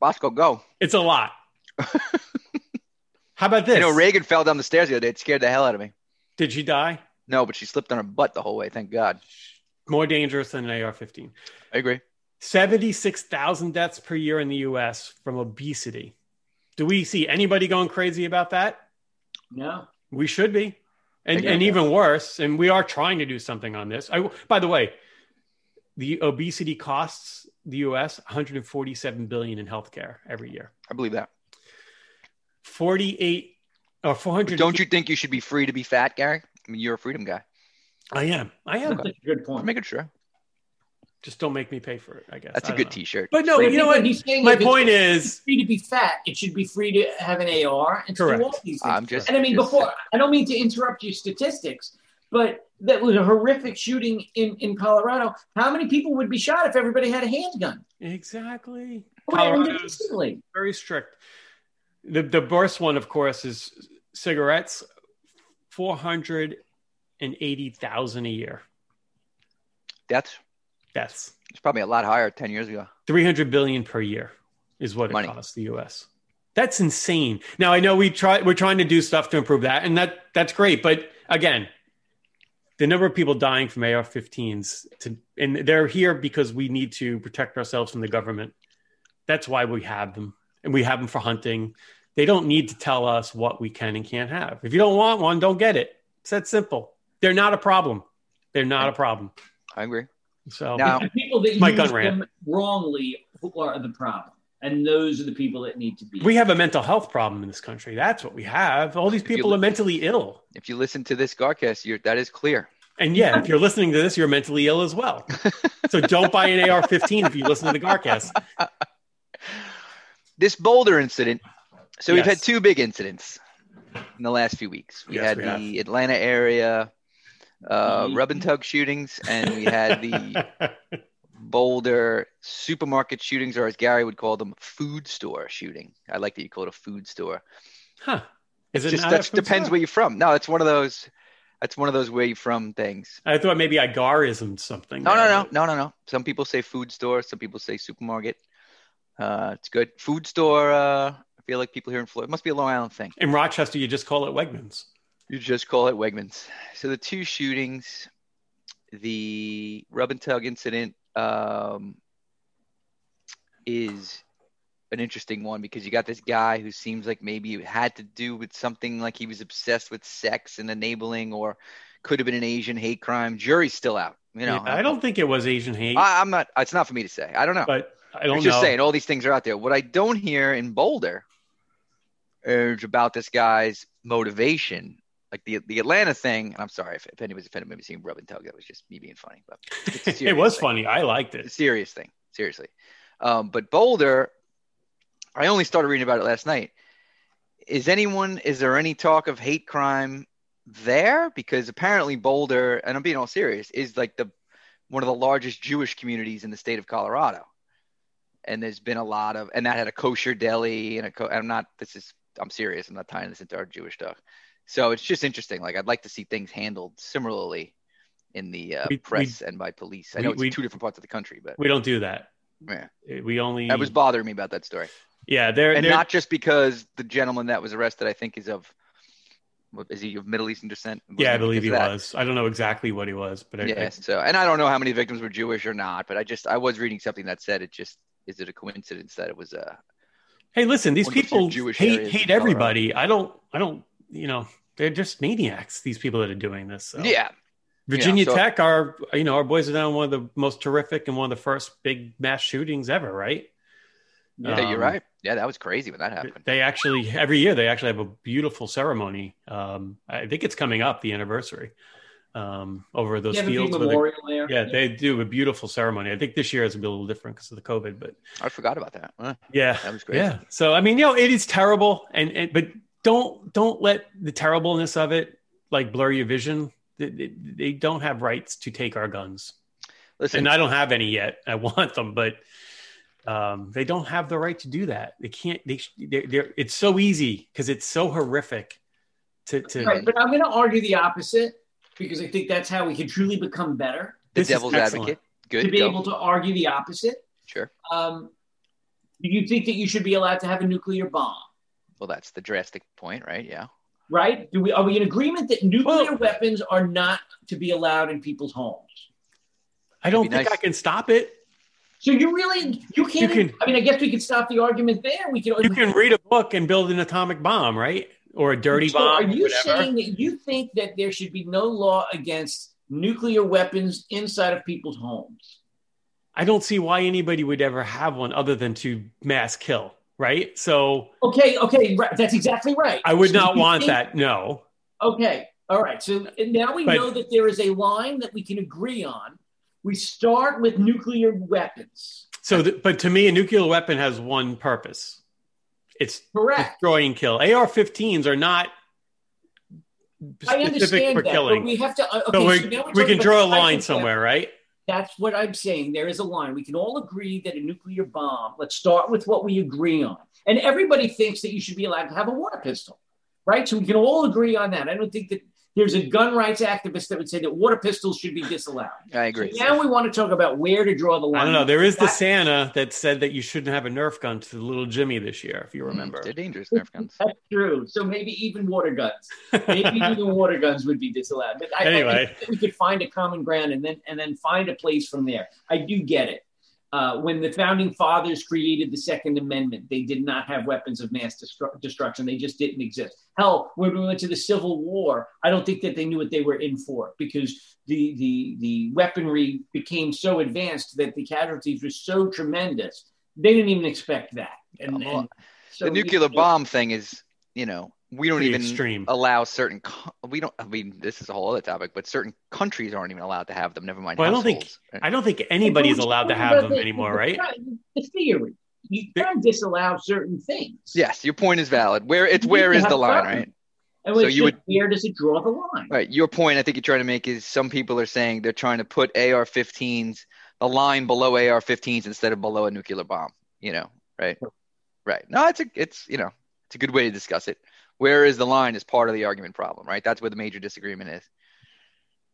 Speaker 4: Bosco, go.
Speaker 3: It's a lot. how about this?
Speaker 4: You know, Reagan fell down the stairs the other day. It scared the hell out of me.
Speaker 3: Did she die?
Speaker 4: No, but she slipped on her butt the whole way. Thank God.
Speaker 3: More dangerous than an AR 15.
Speaker 4: I agree.
Speaker 3: 76,000 deaths per year in the US from obesity. Do we see anybody going crazy about that?
Speaker 5: No.
Speaker 3: We should be. And
Speaker 4: agree
Speaker 3: and
Speaker 4: with
Speaker 3: even worse, and we are trying to do something on this. I by the way, the obesity costs the U.S. 147 billion in healthcare every year.
Speaker 4: I believe that.
Speaker 3: 48 or 400.
Speaker 4: But don't you think you should be free to be fat, Gary? I mean, you're a freedom guy.
Speaker 3: I am. I am.
Speaker 5: That's a good
Speaker 4: I'm
Speaker 5: point.
Speaker 4: making sure.
Speaker 3: Just don't make me pay for it. I guess
Speaker 4: That's
Speaker 3: a
Speaker 4: a good T-shirt.
Speaker 3: But no,
Speaker 5: But
Speaker 3: you know
Speaker 5: what
Speaker 3: what?
Speaker 5: he's saying
Speaker 3: My
Speaker 5: if it's
Speaker 3: point is,
Speaker 5: free to be fat, it should be free to have an AR and to
Speaker 3: Correct.
Speaker 5: do all these things.
Speaker 4: I'm just.
Speaker 5: And I mean,
Speaker 4: just-
Speaker 5: before I don't mean to interrupt your statistics, but that was a horrific shooting in in Colorado. How many people would be shot if everybody had a handgun?
Speaker 3: exactly.
Speaker 5: Wait, I mean,
Speaker 3: Colorado's-
Speaker 5: ridiculously.
Speaker 3: very strict. The the worst one, of course, is cigarettes, four hundred and eighty thousand a year.
Speaker 4: That's
Speaker 3: That's
Speaker 4: it's probably a lot higher ten years ago.
Speaker 3: three hundred billion per year is what it
Speaker 4: Money.
Speaker 3: costs the U.S. That's insane. Now I know we try we're trying to do stuff to improve that, and that that's great. But again, the number of people dying from AR-15s to and they're here because we need to protect ourselves from the government. That's why we have them, and we have them for hunting. They don't need to tell us what we can and can't have. If you don't want one, don't get it. It's that simple. They're not a problem. They're not a problem.
Speaker 4: I agree.
Speaker 3: So
Speaker 4: Now-
Speaker 5: The people that
Speaker 3: My
Speaker 5: use
Speaker 3: gun rant.
Speaker 5: them wrongly who are the problem, and those are the people that need to be.
Speaker 3: we have a mental health problem in this country. That's what we have. All these
Speaker 4: If you
Speaker 3: people
Speaker 4: look-
Speaker 3: are mentally ill.
Speaker 4: If you listen to this Garcast, you're, that is clear.
Speaker 3: And yeah, if you're listening to this, you're mentally ill as well. So don't buy an AR 15 if you listen to the Garcast.
Speaker 4: This Boulder incident. So we've
Speaker 3: Yes.
Speaker 4: had two big incidents in the last few weeks. We
Speaker 3: Yes,
Speaker 4: had
Speaker 3: we
Speaker 4: the Atlanta area uh,
Speaker 5: Mm-hmm.
Speaker 4: rub and tug shootings, and we had the Boulder supermarket shootings, or as Gary would call them, food store shooting. I like that you call it a food store.
Speaker 3: Huh. Is it
Speaker 4: Just
Speaker 3: not
Speaker 4: that
Speaker 3: from
Speaker 4: depends
Speaker 3: Sarah?
Speaker 4: where you're from. No, it's one of those. That's one of those where you from things.
Speaker 3: I thought maybe I garismed something.
Speaker 4: No, no,
Speaker 3: there,
Speaker 4: no,
Speaker 3: but-
Speaker 4: no, no, no. Some people say food store. Some people say supermarket. Uh, it's good. Food store. Uh, I feel like people here in Florida it must be a Long Island thing.
Speaker 3: In Rochester, you just call it Wegmans.
Speaker 4: You just call it Wegmans. So the two shootings, the rub and tug incident, um, is an interesting one because you got this guy who seems like maybe it had to do with something like he was obsessed with sex and enabling, or could have been an Asian hate crime. Jury's still out. You know,
Speaker 3: I don't think it was Asian hate,
Speaker 4: I, I'm not. It's not for me to say. I don't know.
Speaker 3: but I don't
Speaker 4: I'm
Speaker 3: know.
Speaker 4: just saying all these things are out there. What I don't hear in Boulder is about this guy's motivation. Like the the Atlanta thing, and I'm sorry if, if anybody's offended by me seeing Rub and Tug, that was just me being funny, but it's a
Speaker 3: it
Speaker 4: serious
Speaker 3: was
Speaker 4: thing.
Speaker 3: funny. I liked
Speaker 4: It's a
Speaker 3: it.
Speaker 4: serious thing. Seriously. Um, but Boulder, I only started reading about it last night. Is anyone is there any talk of hate crime there? Because apparently Boulder, and I'm being all serious, is like the one of the largest Jewish communities in the state of Colorado. And there's been a lot of, and that had a kosher deli and a, co- I'm not, this is, I'm serious. I'm not tying this into our Jewish stuff. So it's just interesting. Like I'd like to see things handled similarly in the uh,
Speaker 3: We- we-
Speaker 4: press and by police. I
Speaker 3: we-
Speaker 4: know it's
Speaker 3: we-
Speaker 4: two different parts of the country, but
Speaker 3: We don't do that.
Speaker 4: Yeah.
Speaker 3: We only.
Speaker 4: that was bothering me about that story.
Speaker 3: yeah, they're,
Speaker 4: And
Speaker 3: they're
Speaker 4: not just because the gentleman that was arrested, I think, is of, what, is he of Middle Eastern descent?
Speaker 3: Yeah, I
Speaker 4: Wasn't it
Speaker 3: believe he
Speaker 4: because of that?
Speaker 3: was. I don't know exactly what he was, but I, I-
Speaker 4: Yes. So, and I don't know how many victims were Jewish or not, but I just, I was reading something that said it just, is it a coincidence that it was uh,
Speaker 3: hey, listen, these
Speaker 4: One of the few
Speaker 3: people
Speaker 4: Jewish
Speaker 3: hate
Speaker 4: areas
Speaker 3: hate
Speaker 4: in Colorado.
Speaker 3: everybody. I don't, I don't, you know, they're just maniacs. These people that are doing this. So.
Speaker 4: yeah,
Speaker 3: Virginia
Speaker 4: so-
Speaker 3: Tech, our you know our boys are down one of the most terrific and one of the first big mass shootings ever, right?
Speaker 4: yeah,
Speaker 3: Um,
Speaker 4: you're right. Yeah, that was crazy when that happened.
Speaker 3: They actually every year they actually have a beautiful ceremony. Um, I think it's coming up the anniversary um, over those
Speaker 5: You have a big
Speaker 3: fields. where they-
Speaker 5: memorial there.
Speaker 3: yeah, they do a beautiful ceremony. I think this year is a little different because of the COVID, but
Speaker 4: I forgot about that. Huh.
Speaker 3: yeah,
Speaker 4: That was crazy.
Speaker 3: Yeah. So I mean, you know, it is terrible, and, and but don't don't let the terribleness of it like blur your vision. They, they, they don't have rights to take our guns,
Speaker 4: Listen,
Speaker 3: and I don't have any yet. I want them, but um, they don't have the right to do that. They can't. They sh- they're, they're, it's so easy because it's so horrific. To to
Speaker 5: Right, but I'm going to argue the opposite because I think that's how we can truly become better
Speaker 4: the
Speaker 3: this is
Speaker 4: devil's
Speaker 3: excellent.
Speaker 4: advocate.
Speaker 5: to
Speaker 4: Good.
Speaker 5: be
Speaker 4: go.
Speaker 5: able to argue the opposite.
Speaker 4: Sure.
Speaker 5: Um, do you think that you should be allowed to have a nuclear bomb?
Speaker 4: Well, that's the drastic point, right? Yeah.
Speaker 5: Right? Do we are we in agreement that nuclear
Speaker 3: Well-
Speaker 5: weapons are not to be allowed in people's homes?
Speaker 3: I don't
Speaker 4: It'd be
Speaker 3: think
Speaker 4: nice.
Speaker 3: I can stop it.
Speaker 5: So you really you can't.
Speaker 3: You can-
Speaker 5: I mean, I guess we could stop the argument there. We could.
Speaker 3: You can read a book and build an atomic bomb, right? Or a dirty
Speaker 5: So
Speaker 3: bomb.
Speaker 5: Are you
Speaker 3: whatever.
Speaker 5: saying that you think that there should be no law against nuclear weapons inside of people's homes?
Speaker 3: I don't see why anybody would ever have one other than to mass kill, right? So
Speaker 5: Okay, okay, right. that's exactly right.
Speaker 3: I would
Speaker 5: So
Speaker 3: not
Speaker 5: you
Speaker 3: want
Speaker 5: think-
Speaker 3: that. No.
Speaker 5: Okay, all right. So now we
Speaker 3: But-
Speaker 5: know that there is a line that we can agree on. We start with nuclear weapons.
Speaker 3: So, th- but to me, a nuclear weapon has one purpose. It's
Speaker 5: Correct.
Speaker 3: destroy and kill. AR-15s are not
Speaker 5: I
Speaker 3: specific
Speaker 5: understand
Speaker 3: for
Speaker 5: that, but
Speaker 3: killing.
Speaker 5: we have to. uh,
Speaker 3: so
Speaker 5: Okay,
Speaker 3: we we
Speaker 5: so now we're talking
Speaker 3: can
Speaker 5: about
Speaker 3: draw a
Speaker 5: types of
Speaker 3: line
Speaker 5: weapons.
Speaker 3: somewhere, right?
Speaker 5: That's what I'm saying. There is a line. We can all agree that a nuclear bomb, let's start with what we agree on. And everybody thinks that you should be allowed to have a water pistol, right? So we can all agree on that. I don't think that there's a gun rights activist that would say that water pistols should be disallowed.
Speaker 4: I agree.
Speaker 5: Now we want to talk about where to draw the line.
Speaker 3: I don't know. There is the
Speaker 5: That-
Speaker 3: Santa that said that you shouldn't have a Nerf gun to little Jimmy this year, if you remember.
Speaker 4: They're dangerous, Nerf guns.
Speaker 5: That's true. So maybe even water guns, maybe even water guns would be disallowed. But I, I
Speaker 3: Anyway.
Speaker 5: think that we could find a common ground and then and then find a place from there. I do get it. Uh, when the founding fathers created the Second Amendment, they did not have weapons of mass destru- destruction. They just didn't exist. Hell, when we went to the Civil War, I don't think that they knew what they were in for because the the the weaponry became so advanced that the casualties were so tremendous. They didn't even expect that. And,
Speaker 4: Well,
Speaker 5: and so
Speaker 4: the nuclear
Speaker 5: you-
Speaker 4: bomb thing is, you know, we don't
Speaker 3: Pretty
Speaker 4: even Oh.
Speaker 3: extreme.
Speaker 4: allow certain. co- We don't. I mean, this is a whole other topic, but certain countries aren't even allowed to have them. Never mind.
Speaker 3: Well, I don't think-
Speaker 4: households.
Speaker 3: I don't think anybody's
Speaker 5: But we're
Speaker 3: allowed to
Speaker 5: talking
Speaker 3: have
Speaker 5: about
Speaker 3: them
Speaker 5: the-
Speaker 3: anymore,
Speaker 5: the-
Speaker 3: right?
Speaker 5: The theory. You can disallow certain things.
Speaker 4: Yes, your point is valid. Where it's
Speaker 5: You
Speaker 4: where
Speaker 5: can
Speaker 4: is
Speaker 5: have
Speaker 4: the line,
Speaker 5: fun.
Speaker 4: right?
Speaker 5: And
Speaker 4: so
Speaker 5: it's
Speaker 4: you
Speaker 5: just,
Speaker 4: would-
Speaker 5: where does it draw the line?
Speaker 4: Right. Your point, I think you're trying to make is some people are saying they're trying to put AR-15s the line below AR-15s instead of below a nuclear bomb. You know, right? Right. No, it's a it's you know it's a good way to discuss it. Where is the line is part of the argument problem, right? That's where the major disagreement is.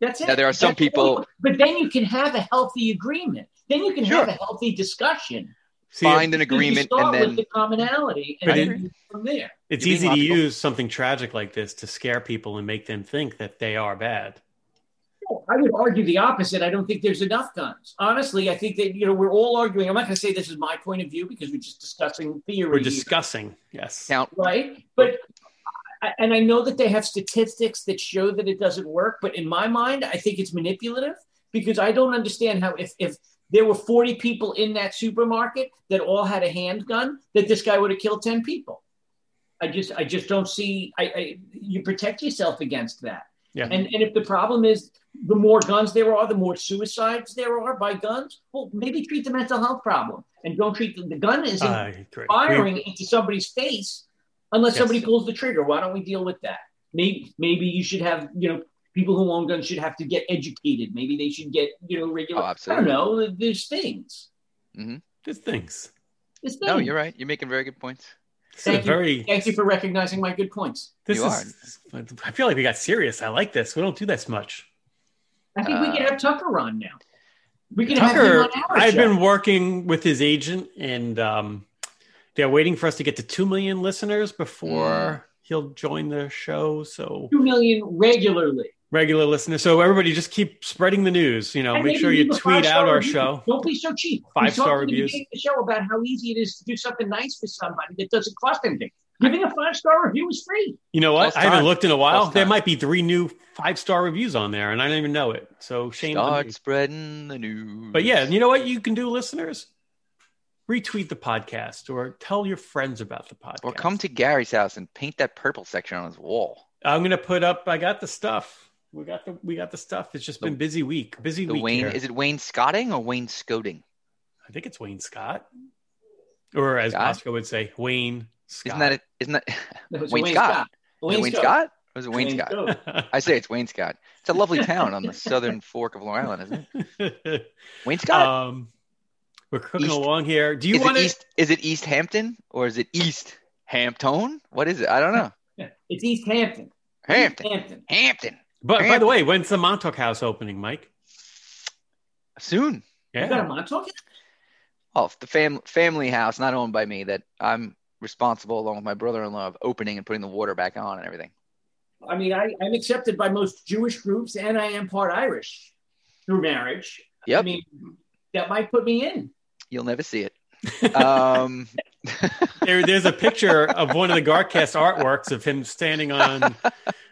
Speaker 5: That's it.
Speaker 4: Now, there are some
Speaker 5: That's all.
Speaker 4: people-
Speaker 5: But then you can have a healthy agreement. Then you can
Speaker 4: Sure.
Speaker 5: have a healthy discussion.
Speaker 3: See,
Speaker 4: Find an
Speaker 5: You
Speaker 4: agreement
Speaker 5: start
Speaker 4: and
Speaker 5: with
Speaker 4: then
Speaker 5: the commonality, and
Speaker 3: But
Speaker 5: then
Speaker 3: it-
Speaker 5: you from there.
Speaker 3: it's
Speaker 4: you're
Speaker 3: easy
Speaker 4: being
Speaker 3: to
Speaker 4: logical.
Speaker 3: use something tragic like this to scare people and make them think that they are bad.
Speaker 5: No, I would argue the opposite. I don't think there's enough guns. Honestly, I think that you know we're all arguing. I'm not going to say this is my point of view because we're just discussing theory.
Speaker 3: We're
Speaker 5: here.
Speaker 3: discussing, yes.
Speaker 4: count.
Speaker 5: right? But I- and I know that they have statistics that show that it doesn't work, but in my mind, I think it's manipulative because I don't understand how if if there were 40 people in that supermarket that all had a handgun, that this guy would have killed 10 people. I just I just don't see I, I you protect yourself against that.
Speaker 3: Yeah.
Speaker 5: And and if the problem is the more guns there are, the more suicides there are by guns, well maybe treat the mental health problem and don't treat the, the gun isn't
Speaker 3: I agree.
Speaker 5: firing into somebody's face unless
Speaker 3: Yes.
Speaker 5: somebody pulls the trigger. Why don't we deal with that? Maybe maybe you should have you know people who own guns should have to get educated. Maybe they should get you know regular.
Speaker 4: Oh,
Speaker 5: I don't
Speaker 4: absolutely.
Speaker 5: know. There's things.
Speaker 3: There's things.
Speaker 5: There's things.
Speaker 4: No, you're right. You're making very good points.
Speaker 3: This
Speaker 5: Thank
Speaker 3: is a
Speaker 5: you.
Speaker 3: very.
Speaker 5: Thank you for recognizing my good points.
Speaker 3: This
Speaker 4: You
Speaker 3: is. I feel like we got serious. I like this. We don't do this much.
Speaker 5: I think we can
Speaker 4: Uh,
Speaker 5: have Tucker on now. We can
Speaker 3: Tucker,
Speaker 5: have him on our
Speaker 3: I've
Speaker 5: show.
Speaker 3: been working with his agent, and um, they're waiting for us to get to two million listeners
Speaker 4: Mm.
Speaker 3: before he'll join the show. So
Speaker 5: two million regularly.
Speaker 3: regular listeners. So everybody, just keep spreading the news. You know,
Speaker 5: And
Speaker 3: Uh, make
Speaker 5: maybe
Speaker 3: sure you
Speaker 5: leave a
Speaker 3: tweet
Speaker 5: five-star
Speaker 3: out our
Speaker 5: review.
Speaker 3: show.
Speaker 5: Don't be so cheap. We
Speaker 3: Five-star
Speaker 5: talked at the
Speaker 3: reviews.
Speaker 5: beginning of The show about how easy it is to do something nice for somebody that doesn't cost anything. Giving a five star review is free.
Speaker 3: You know what?
Speaker 4: Plus
Speaker 3: I haven't
Speaker 4: time.
Speaker 3: looked in a while.
Speaker 4: Plus
Speaker 3: There
Speaker 4: time.
Speaker 3: might be three new five star reviews on there, and I don't even know it. So shame. on
Speaker 4: Start
Speaker 3: me.
Speaker 4: spreading the news.
Speaker 3: But yeah, you know what you can do, listeners? Retweet the podcast or tell your friends about the podcast.
Speaker 4: or come to Gary's house and paint that purple section on his wall.
Speaker 3: I'm gonna put up. I got the stuff. We got the we got the stuff. It's just been busy week. Busy
Speaker 4: The
Speaker 3: week.
Speaker 4: Wayne
Speaker 3: here.
Speaker 4: is it Wayne Scotting or Wayne Scoting?
Speaker 3: I think it's Wayne Scott, or as
Speaker 4: Scott?
Speaker 3: Oscar would say, Wayne Scott.
Speaker 4: Isn't that it? Isn't that
Speaker 5: That was
Speaker 4: Wayne Scott. Is it
Speaker 5: Wayne,
Speaker 4: Wayne Scott? Or is it Wayne, Scott? I say it's Wayne Scott. It's a lovely town on the southern fork of Long Island, isn't it? Wayne Scott.
Speaker 3: um, we're cooking
Speaker 4: East-
Speaker 3: along here. Do you
Speaker 4: is
Speaker 3: want
Speaker 4: it
Speaker 3: to?
Speaker 4: East? Is it East Hampton or is it East Hampton? What is it? I don't know.
Speaker 5: It's East Hampton.
Speaker 4: Hampton.
Speaker 5: East Hampton.
Speaker 4: Hampton.
Speaker 3: But by the way, when's the Montauk House opening, Mike?
Speaker 4: Soon.
Speaker 5: You got a
Speaker 3: Yeah,
Speaker 5: Montauk?
Speaker 4: Oh, it's the fam- family house, not owned by me, that I'm responsible along with my brother-in-law of opening and putting the water back on and everything.
Speaker 5: I mean, I, I'm accepted by most Jewish groups, and I am part Irish through marriage. I
Speaker 4: Yep.
Speaker 5: mean, that might put me in.
Speaker 4: You'll never see it. Um,
Speaker 3: there, there's a picture of one of the Garcast artworks of him standing on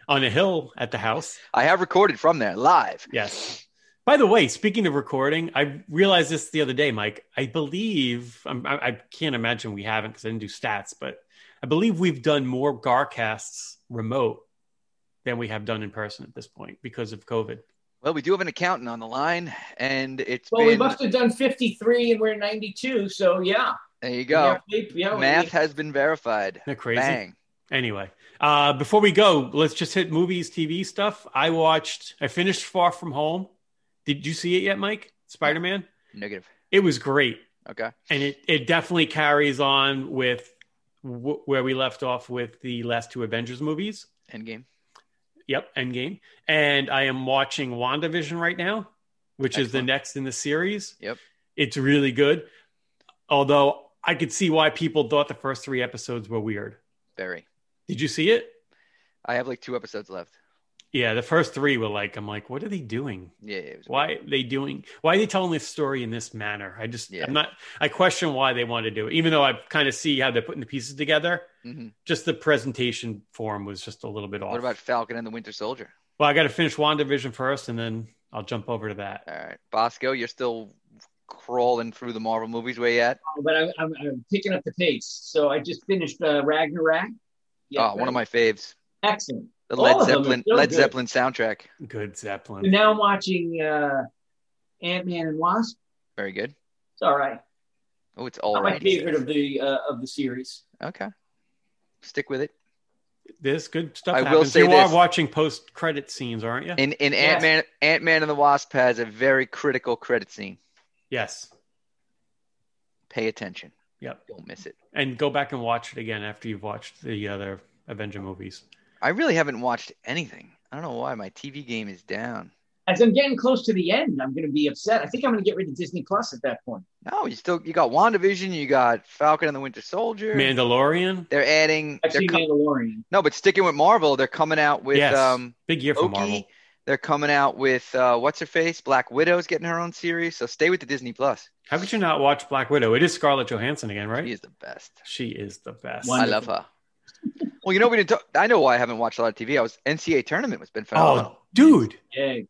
Speaker 3: on a hill at the house.
Speaker 4: I have recorded from there live.
Speaker 3: Yes. By the way, speaking of recording, I realized this the other day, Mike. I believe I'm, I, I can't imagine we haven't because I didn't do stats, but I believe we've done more Garcasts remote than we have done in person at this point because of COVID.
Speaker 4: Well, we do have an accountant on the line, and it's
Speaker 5: Well, we
Speaker 4: been
Speaker 5: must have done 53 and we're 92, so yeah.
Speaker 4: there. You go.
Speaker 5: Yeah, we- yeah, we-
Speaker 4: Math has been verified.
Speaker 3: Isn't that crazy?
Speaker 4: Bang.
Speaker 3: Anyway, uh, before we go, let's just hit movies, TV stuff. I watched, I finished Far From Home. Did you see it yet, Mike? Spider Man?
Speaker 4: Negative.
Speaker 3: It was great.
Speaker 4: Okay.
Speaker 3: And it, it definitely carries on with w- where we left off with the last two Avengers movies.
Speaker 4: Endgame.
Speaker 3: Yep, Endgame. And I am watching WandaVision right now, which is the
Speaker 4: Excellent.
Speaker 3: next in the series.
Speaker 4: Yep.
Speaker 3: It's really good. Although I could see why people thought the first three episodes were weird.
Speaker 4: Very.
Speaker 3: Did you see it?
Speaker 4: I have like two episodes left.
Speaker 3: Yeah, the first three were like, I'm like, what are they doing?
Speaker 4: Yeah. It was
Speaker 3: Why are they doing? Why are they telling this story in this manner? I just,
Speaker 4: Yeah.
Speaker 3: I'm not, I question why they want to do it, even though I kind of see how they're putting the pieces together.
Speaker 4: Mhm.
Speaker 3: Just the presentation form was just a little bit off.
Speaker 4: What about Falcon and the Winter Soldier?
Speaker 3: Well, I got to finish WandaVision first, and then I'll jump over to that.
Speaker 4: All right, Bosco, you're still crawling through the Marvel movies way yet?
Speaker 5: But I'm, I'm, I'm picking up the pace. So I just finished uh, Ragnarok.
Speaker 4: oh, one of my faves.
Speaker 5: Excellent.
Speaker 4: The
Speaker 5: All
Speaker 4: Led
Speaker 5: of them are
Speaker 4: Zeppelin
Speaker 5: so
Speaker 4: Led
Speaker 5: good.
Speaker 4: Zeppelin soundtrack.
Speaker 3: Good Zeppelin.
Speaker 5: And now I'm watching uh, Ant Man and Wasp.
Speaker 4: Very good.
Speaker 5: It's all right.
Speaker 4: Oh, it's all
Speaker 5: Not my
Speaker 4: right.
Speaker 5: favorite of the uh, of the series.
Speaker 4: Okay. Stick with it.
Speaker 3: This good stuff.
Speaker 4: I will
Speaker 3: happens.
Speaker 4: say
Speaker 3: you
Speaker 4: this.
Speaker 3: are watching post credit scenes, aren't you?
Speaker 4: And and
Speaker 5: Yes.
Speaker 4: Ant Man Ant Man and the Wasp has a very critical credit scene.
Speaker 3: yes.
Speaker 4: Pay attention.
Speaker 3: Yep.
Speaker 4: Don't miss it.
Speaker 3: And go back and watch it again after you've watched the other Avenger movies.
Speaker 4: I really haven't watched anything. I don't know why my TV game is down.
Speaker 5: As I'm getting close to the end, I'm going to be upset. I think I'm going to get rid of Disney Plus at that point.
Speaker 4: No, you still you got WandaVision, you got Falcon and the Winter Soldier.
Speaker 3: Mandalorian.
Speaker 4: They're adding
Speaker 5: I've
Speaker 4: they're
Speaker 5: seen
Speaker 4: com-
Speaker 5: Mandalorian.
Speaker 4: No, but sticking with Marvel, they're coming out with
Speaker 3: yes.
Speaker 4: um
Speaker 3: Big year for
Speaker 4: Loki.
Speaker 3: Marvel.
Speaker 4: They're coming out with uh, what's her face, Black Widow's getting her own series. So stay with the Disney Plus.
Speaker 3: How could you not watch Black Widow? It is Scarlett Johansson again, right?
Speaker 4: She is the best.
Speaker 3: She is the best.
Speaker 5: One- Wonderful.
Speaker 4: I love her. well, you know we didn't. Talk, I know why I haven't watched a lot of TV. I was NCAA tournament was been phenomenal.
Speaker 3: Oh, dude,
Speaker 5: Yay.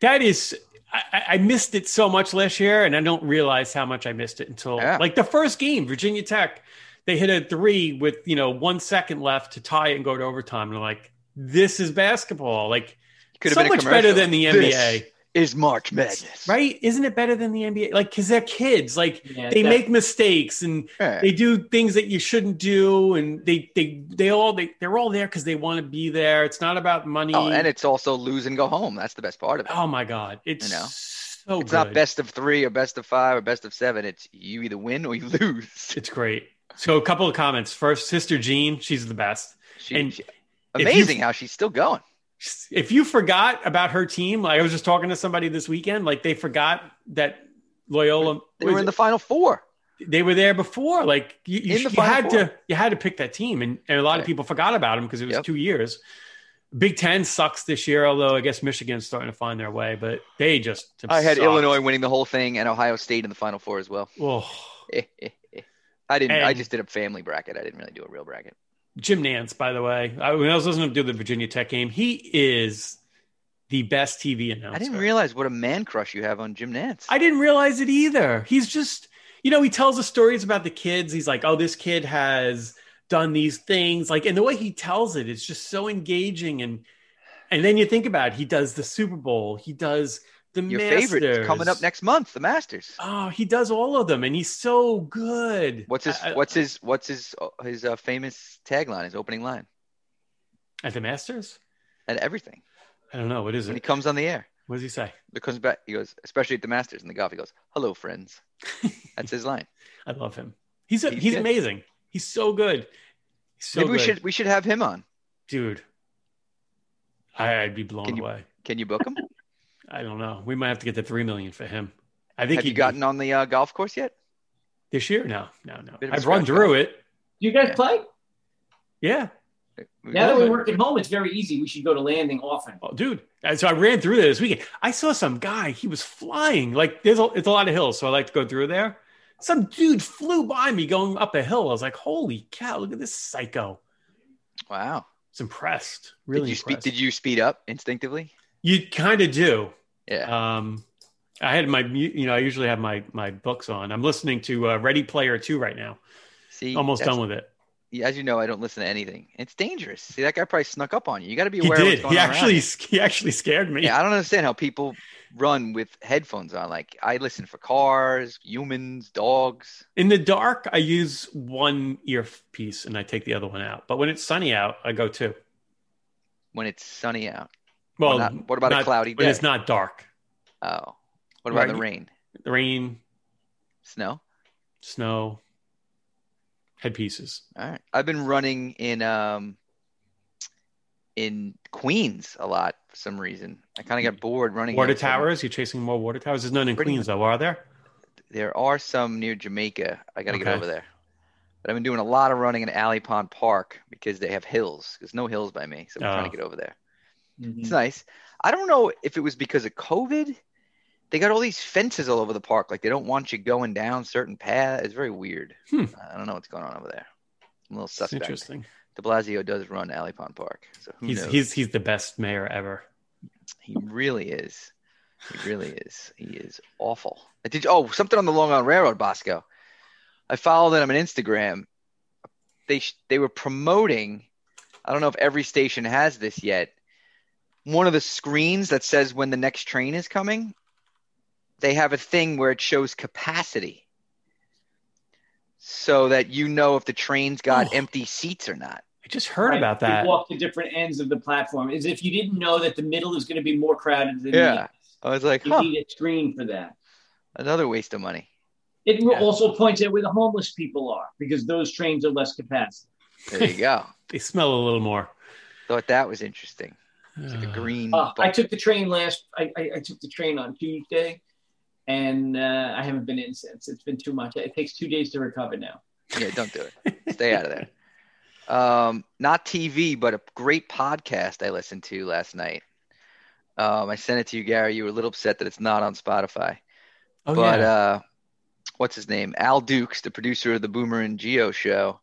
Speaker 3: that is. I- I, I missed it so much last year, and I don't realize how much I missed it until
Speaker 4: Yeah.
Speaker 3: like the first game, Virginia Tech. They hit a three with you know one second left to tie it and go to overtime, and I'm like, this is basketball. Like
Speaker 4: Could have
Speaker 3: Oh, so
Speaker 4: been a
Speaker 3: much better
Speaker 4: commercial.
Speaker 3: than the
Speaker 4: This
Speaker 3: NBA,
Speaker 4: is March Madness,
Speaker 3: right? Isn't it better than the NBA? Like, because they're kids. Like
Speaker 5: Yeah,
Speaker 3: they
Speaker 5: that-
Speaker 3: make mistakes and
Speaker 4: Yeah.
Speaker 3: they do things that you shouldn't do, and they they they all they they're all there because they want to be there. It's not about money.
Speaker 4: Oh, and it's also lose and go home. That's the best part of it.
Speaker 3: Oh my god, it's
Speaker 4: You know?
Speaker 3: so
Speaker 4: it's
Speaker 3: good.
Speaker 4: not best of three or best of five or best of seven. It's you either win or you lose.
Speaker 3: It's great. So a couple of comments. First, Sister Jean, she's the best.
Speaker 4: She,
Speaker 3: And
Speaker 4: she-
Speaker 3: you-
Speaker 4: amazing how she's still going.
Speaker 3: If you forgot about her team, like I was just talking to somebody this weekend, like they forgot that Loyola
Speaker 4: They were in the final four.
Speaker 3: they were there before. Like you, you,
Speaker 4: In
Speaker 3: you
Speaker 4: the Final
Speaker 3: had
Speaker 4: Four.
Speaker 3: to you had to pick that team, and, and a lot
Speaker 4: Right.
Speaker 3: of people forgot about them because it was
Speaker 4: Yep.
Speaker 3: two years. Big Ten sucks this year, although I guess Michigan's starting to find their way, but they just
Speaker 4: I had
Speaker 3: sucked.
Speaker 4: Illinois winning the whole thing and Ohio State in the final four as well.
Speaker 3: Oh,
Speaker 4: I didn't. I
Speaker 3: And-
Speaker 4: just did a family bracket. I didn't really do a real bracket.
Speaker 3: Jim Nance, by the way, I, when I was listening to the Virginia Tech game, he is the best TV announcer.
Speaker 4: I didn't realize what a man crush you have on Jim Nance.
Speaker 3: I didn't realize it either. He's just, you know, he tells the stories about the kids. He's like, oh, this kid has done these things. Like, and the way he tells it is just so engaging. And and then you think about it, he does the Super Bowl, he does the
Speaker 4: Your
Speaker 3: Masters.
Speaker 4: favorite is coming up next month, the Masters.
Speaker 3: Oh, he does all of them, and he's so good.
Speaker 4: What's his?
Speaker 3: I- I-
Speaker 4: what's his? What's his? His uh, famous tagline, his opening line,
Speaker 3: at the Masters?
Speaker 4: and everything
Speaker 3: I don't know. What is
Speaker 4: when he
Speaker 3: it?
Speaker 4: comes on the air.
Speaker 3: What does he say?
Speaker 4: He comes back. He goes, especially at the Masters in the golf. He goes, "Hello, friends." That's his line.
Speaker 3: I love him. He's a,
Speaker 4: He's
Speaker 3: he's,
Speaker 4: good.
Speaker 3: amazing. He's so good. He's so
Speaker 4: Maybe we
Speaker 3: good.
Speaker 4: should we should have him on.
Speaker 3: dude. I, I'd be blown
Speaker 4: Can you-
Speaker 3: away.
Speaker 4: Can you book him?
Speaker 3: I don't know. We might have to get the three million for him. I think
Speaker 4: have
Speaker 3: he
Speaker 4: you gotten on the uh, golf course yet?
Speaker 3: this year. No, no, no.
Speaker 4: Bit of a
Speaker 3: I've run
Speaker 4: scratch
Speaker 3: through it.
Speaker 5: Do you guys
Speaker 4: Yeah.
Speaker 5: play?
Speaker 3: Yeah,
Speaker 5: Now that we
Speaker 3: but-
Speaker 5: work at home, it's very easy. We should go to landing often.
Speaker 3: oh, dude. And so I ran through there this weekend. I saw some guy. He was flying. Like there's a, it's a lot of hills, so I like to go through there. Some dude flew by me going up a hill. I was like, holy cow! Look at this psycho.
Speaker 4: Wow.
Speaker 3: It's impressed. Really
Speaker 4: did you
Speaker 3: impressed.
Speaker 4: speed? Did you speed up instinctively?
Speaker 3: you kind of do.
Speaker 4: Yeah.
Speaker 3: Um, I had my, mu- you know, I usually have my my books on. I'm listening to uh, Ready Player Two right now.
Speaker 4: See,
Speaker 3: Almost
Speaker 4: that's-
Speaker 3: done with it.
Speaker 4: yeah, As you know, I don't listen to anything. It's dangerous. See, that guy probably snuck up on you. You got to be
Speaker 3: He
Speaker 4: aware.
Speaker 3: did.
Speaker 4: Of what's going
Speaker 3: He
Speaker 4: on around
Speaker 3: actually
Speaker 4: you.
Speaker 3: he actually scared me.
Speaker 4: Yeah, I don't understand how people run with headphones on. Like I listen for cars, humans, dogs.
Speaker 3: In the dark, I use one earpiece and I take the other one out. But when it's sunny out, I go two.
Speaker 4: When it's sunny out.
Speaker 3: Well,
Speaker 4: Not- what about
Speaker 3: not-
Speaker 4: a cloudy
Speaker 3: when
Speaker 4: day?
Speaker 3: it's not dark,
Speaker 4: oh, what about
Speaker 3: Right.
Speaker 4: the rain,
Speaker 3: rain,
Speaker 4: snow?
Speaker 3: snow, headpieces.
Speaker 4: All right. I've been running in um in Queens a lot for some reason. I kind of got bored running.
Speaker 3: Water
Speaker 4: in some-
Speaker 3: towers. You're chasing more water towers. There's none in
Speaker 4: Pretty
Speaker 3: Queens though, are there?
Speaker 4: There are some near Jamaica. I got to
Speaker 3: Okay.
Speaker 4: get over there. But I've been doing a lot of running in Alley Pond Park because they have hills. There's no hills by me, so I'm trying
Speaker 3: Oh.
Speaker 4: to get over there.
Speaker 3: Mm-hmm.
Speaker 4: It's nice. I don't know if it was because of COVID. They got all these fences all over the park. Like they don't want you going down certain paths. It's very weird.
Speaker 3: Hmm.
Speaker 4: I don't know what's going on over there. I'm a little
Speaker 3: It's
Speaker 4: suspect.
Speaker 3: interesting.
Speaker 4: De Blasio does run Alley Pond Park, so who
Speaker 3: He's
Speaker 4: knows?
Speaker 3: he's he's the best mayor ever.
Speaker 4: He really is. He really is. He is awful. I Did oh something on the Long Island Railroad, Bosco? I followed them on Instagram. They sh- they were promoting. I don't know if every station has this yet. One of the screens that says when the next train is coming. They have a thing where it shows capacity, so that you know if the train's got
Speaker 3: Oh.
Speaker 4: empty seats or not.
Speaker 3: I just heard
Speaker 5: Right,
Speaker 3: about
Speaker 5: you
Speaker 3: that.
Speaker 5: Walk to different ends of the platform. Is if you didn't know that the middle is going to be more crowded than
Speaker 4: Yeah. I was like,
Speaker 5: the, you
Speaker 4: huh,
Speaker 5: need a screen for that.
Speaker 4: another waste of money.
Speaker 5: It
Speaker 3: Yeah.
Speaker 5: also points out where the homeless people are because those trains are less capacity.
Speaker 4: There you go.
Speaker 3: They smell a little more.
Speaker 4: Thought that was interesting. It's like a
Speaker 3: Uh,
Speaker 4: green.
Speaker 5: Uh, I
Speaker 4: ball.
Speaker 5: took the train last. I, I, I took the train on Tuesday, and uh, I haven't been in since. It's been too much. It takes two days to recover now.
Speaker 4: Yeah, don't do it. Stay out of there. Um, not TV, but a great podcast I listened to last night. Um, I sent it to you, Gary. You were a little upset that it's not on Spotify.
Speaker 3: oh
Speaker 4: but
Speaker 3: yeah.
Speaker 4: uh, what's his name? Al Dukes, the producer of the Boomer and Geo show.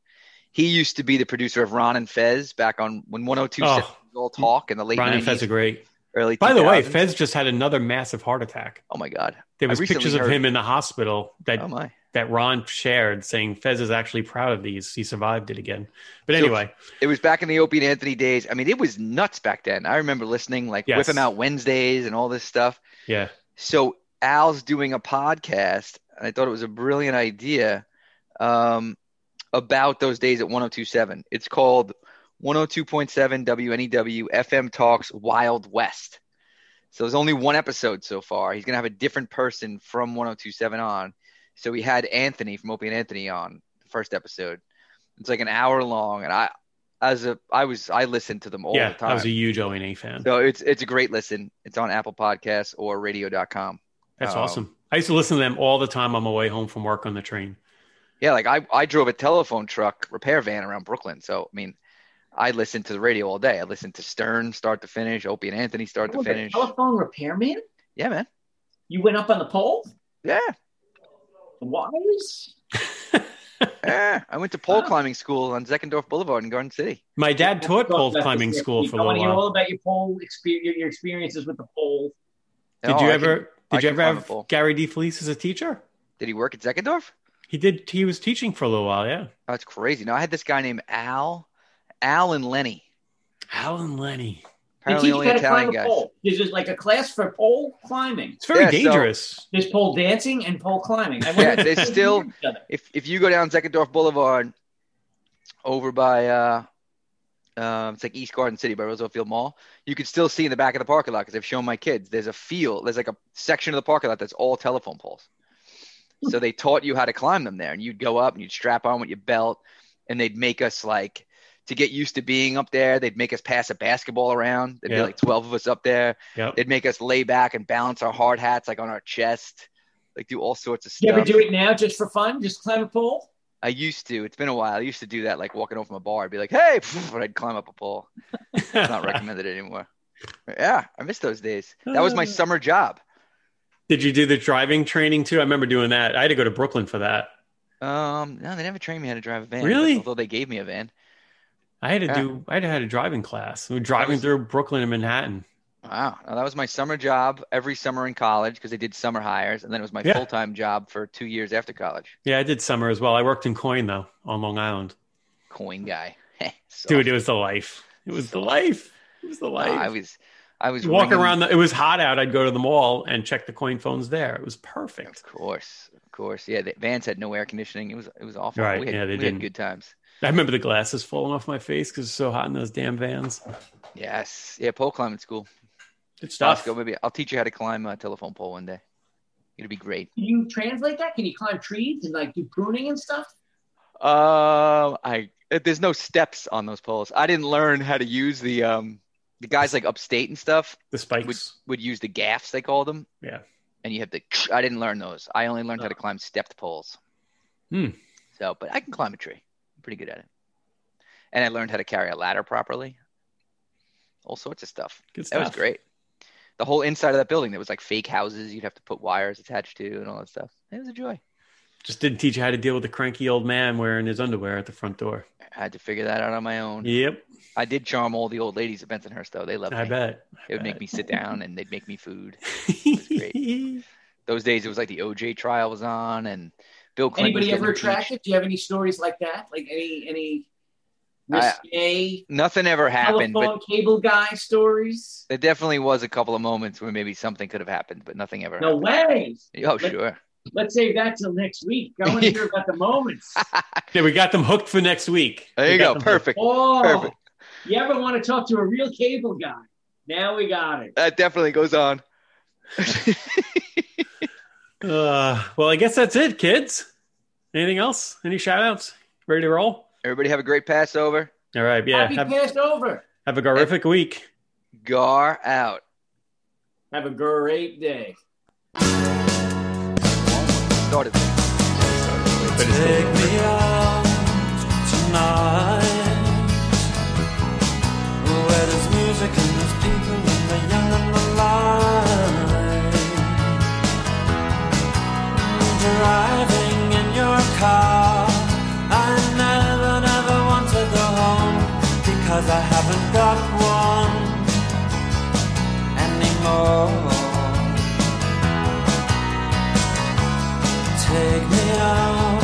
Speaker 4: He used to be the producer of Ron and Fez back on when 102
Speaker 3: Oh.
Speaker 4: All Talk in the late
Speaker 3: Brian and
Speaker 4: 90s,
Speaker 3: Fez are great.
Speaker 4: early
Speaker 3: By the way,
Speaker 4: 2000s.
Speaker 3: Fez just had another massive heart attack.
Speaker 4: oh my God.
Speaker 3: There
Speaker 4: I
Speaker 3: was
Speaker 4: recently
Speaker 3: pictures of
Speaker 4: heard-
Speaker 3: him in the hospital that
Speaker 4: Oh my.
Speaker 3: that Ron shared, saying Fez is actually proud of these. He survived it again. But anyway,
Speaker 4: It was back in the Opie and Anthony days. I mean, it was nuts back then. I remember listening like Whip
Speaker 3: Yes.
Speaker 4: 'em Out Wednesdays and all this stuff.
Speaker 3: yeah,
Speaker 4: So Al's doing a podcast, and I thought it was a brilliant idea um, about those days at 102.7. It's called 102.7 WNEW FM Talks Wild West. So there's only one episode so far. He's going to have a different person from 102.7 on. So we had Anthony from Opie and Anthony on the first episode. It's like an hour long, and I, as a, I was, I listened to them all
Speaker 3: yeah.
Speaker 4: the time.
Speaker 3: I was a huge O and A fan.
Speaker 4: So it's it's a great listen. It's on Apple Podcasts or radio.com.
Speaker 3: That's
Speaker 4: um,
Speaker 3: awesome. I used to listen to them all the time on my way home from work on the train.
Speaker 4: Yeah, like I, I drove a telephone truck repair van around Brooklyn. So I mean I listened to the radio all day. I listened to Stern start to finish, Opie and Anthony start to
Speaker 5: Oh, the
Speaker 4: finish.
Speaker 5: Telephone repairman.
Speaker 4: Yeah, man.
Speaker 5: You went up on the pole.
Speaker 4: Yeah.
Speaker 5: Wise.
Speaker 4: yeah. I went to pole climbing school on Zeckendorf Boulevard in Garden City.
Speaker 3: My dad taught
Speaker 5: Talk
Speaker 3: pole
Speaker 5: about
Speaker 3: climbing
Speaker 5: this
Speaker 3: school
Speaker 5: next
Speaker 3: for
Speaker 5: week.
Speaker 3: a
Speaker 5: I want
Speaker 3: little
Speaker 5: to hear all
Speaker 3: while.
Speaker 5: about your pole experience, your experiences with the pole.
Speaker 4: No,
Speaker 3: Did you
Speaker 4: I
Speaker 3: ever?
Speaker 4: can- I
Speaker 3: Did you
Speaker 4: can
Speaker 3: ever
Speaker 4: climb a
Speaker 3: have
Speaker 4: pole.
Speaker 3: Gary D. Felice as a teacher?
Speaker 4: did he work at Zeckendorf?
Speaker 3: He did. He was teaching for a little while. Yeah,
Speaker 4: That's crazy. No, I had this guy named Al. Al and Lenny.
Speaker 3: Alan Lenny.
Speaker 5: They
Speaker 4: Apparently
Speaker 5: teach you
Speaker 4: only
Speaker 5: how to
Speaker 4: Italian
Speaker 5: climb a
Speaker 4: guys.
Speaker 5: pole. There's just like a class for pole climbing.
Speaker 3: It's very
Speaker 4: Yeah, so-
Speaker 3: dangerous.
Speaker 5: There's pole dancing and pole climbing. I
Speaker 4: Yeah,
Speaker 5: if
Speaker 4: they
Speaker 5: they're
Speaker 4: still-
Speaker 5: near each other.
Speaker 4: if if you go down Zeckendorf Boulevard over by uh um, it's like East Garden City by Roosevelt Field Mall. You can still see in the back of the parking lot because I've shown my kids. There's a field. There's like a section of the parking lot that's all telephone poles. So they taught you how to climb them there, and you'd go up and you'd strap on with your belt, and they'd make us like to get used to being up there. They'd make us pass a basketball around. There'd be
Speaker 3: Yeah.
Speaker 4: like twelve of us up there.
Speaker 3: Yep.
Speaker 4: They'd make us lay back and balance our hard hats like on our chest, like do all sorts of stuff.
Speaker 5: You ever do it now just for fun? Just climb a pole?
Speaker 4: I used to. It's been a while. I used to do that, like walking home from a bar. I'd be like, "Hey," and I'd climb up a pole. It's not recommended anymore. Yeah, I miss those days. That
Speaker 3: Uh.
Speaker 4: was my summer job.
Speaker 3: Did you do the driving training too? I remember doing that. I had to go to Brooklyn for that.
Speaker 4: Um, no, they never trained me how to drive a van.
Speaker 3: Really?
Speaker 4: Although they gave me a van.
Speaker 3: I had to
Speaker 4: Yeah.
Speaker 3: do. I had to had a driving class. We were driving
Speaker 4: was-
Speaker 3: through Brooklyn and Manhattan.
Speaker 4: Wow. Now, that was my summer job every summer in college because I did summer hires. And then it was my
Speaker 3: Yeah.
Speaker 4: full time job for two years after college.
Speaker 3: Yeah, I did summer as well. I worked in coin though on Long Island.
Speaker 4: Coin guy. So,
Speaker 3: Dude, it was the life. It was the life. It was the
Speaker 4: uh,
Speaker 3: life.
Speaker 4: I was, I was
Speaker 3: You'd walk
Speaker 4: ringing-
Speaker 3: around. The, it was hot out. I'd go to the mall and check the coin phones there. It was
Speaker 4: Of
Speaker 3: perfect.
Speaker 4: course. Of course. Yeah. The Vans had no air conditioning. It was, it was awful.
Speaker 3: Right,
Speaker 4: We had,
Speaker 3: yeah, they
Speaker 4: we
Speaker 3: didn't.
Speaker 4: had good times.
Speaker 3: I remember the glasses falling off my face because it was so hot in those damn vans.
Speaker 4: Yes. Yeah. Pole climbing school.
Speaker 3: Good stuff.
Speaker 4: Bosco, maybe I'll teach you how to climb a telephone pole one day. It'd be great.
Speaker 5: Can you translate that? Can you climb trees and like do pruning and stuff?
Speaker 4: Um, I there's no steps on those poles. I didn't learn how to use the um the guys like upstate and stuff
Speaker 3: The
Speaker 4: would
Speaker 3: spikes.
Speaker 4: would use the gaffs they called them.
Speaker 3: Yeah.
Speaker 4: And you have to. I didn't learn those. I only learned how to climb stepped poles.
Speaker 3: Hmm.
Speaker 4: So, but I can climb a tree. I'm pretty good at it. And I learned how to carry a ladder properly. All sorts of stuff.
Speaker 3: Good
Speaker 4: That
Speaker 3: stuff.
Speaker 4: was great. The whole inside of that building, there was like fake houses you'd have to put wires attached to and all that stuff. It was a joy.
Speaker 3: Just didn't teach you how to deal with a cranky old man wearing his underwear at the front door.
Speaker 4: I had to figure that out on my own.
Speaker 3: Yep,
Speaker 4: I did charm all the old ladies at Bensonhurst, though. They loved
Speaker 3: I
Speaker 4: me.
Speaker 3: bet.
Speaker 4: They would make me sit down and they'd make me food. Those days, it was like the OJ trial was on and Bill Clinton. was
Speaker 5: Anybody
Speaker 4: getting
Speaker 5: ever
Speaker 4: impeached.
Speaker 5: attracted? Do you have any stories like that? Like any any
Speaker 4: I-
Speaker 5: risque
Speaker 4: Nothing ever happened, but
Speaker 5: telephone cable guy stories?
Speaker 4: there definitely was a couple of moments where maybe something could have happened, but nothing ever
Speaker 5: No way.
Speaker 4: happened. Oh,
Speaker 5: Let-
Speaker 4: sure.
Speaker 5: Let's save that till next week. I want to hear about the moments.
Speaker 3: Yeah, we got them hooked for next week.
Speaker 4: There
Speaker 3: We
Speaker 4: you
Speaker 3: got
Speaker 4: go.
Speaker 3: them
Speaker 4: Perfect.
Speaker 5: Oh,
Speaker 4: Perfect.
Speaker 5: you ever want to talk to a real cable guy? Now we got it.
Speaker 4: That definitely goes on.
Speaker 3: hooked. Uh, well, I guess that's it, kids. Anything else? Any shout outs? Ready to roll?
Speaker 4: Everybody have a great Passover.
Speaker 3: All right. Yeah.
Speaker 5: Happy
Speaker 3: Have,
Speaker 5: passed over.
Speaker 3: have a horrific week.
Speaker 4: Gar out.
Speaker 5: Have a great day.
Speaker 4: Started.
Speaker 1: Take me out tonight Where there's music and there's people and the young and the light Driving in your car I never, never want to go home Because I haven't got one anymore Take me out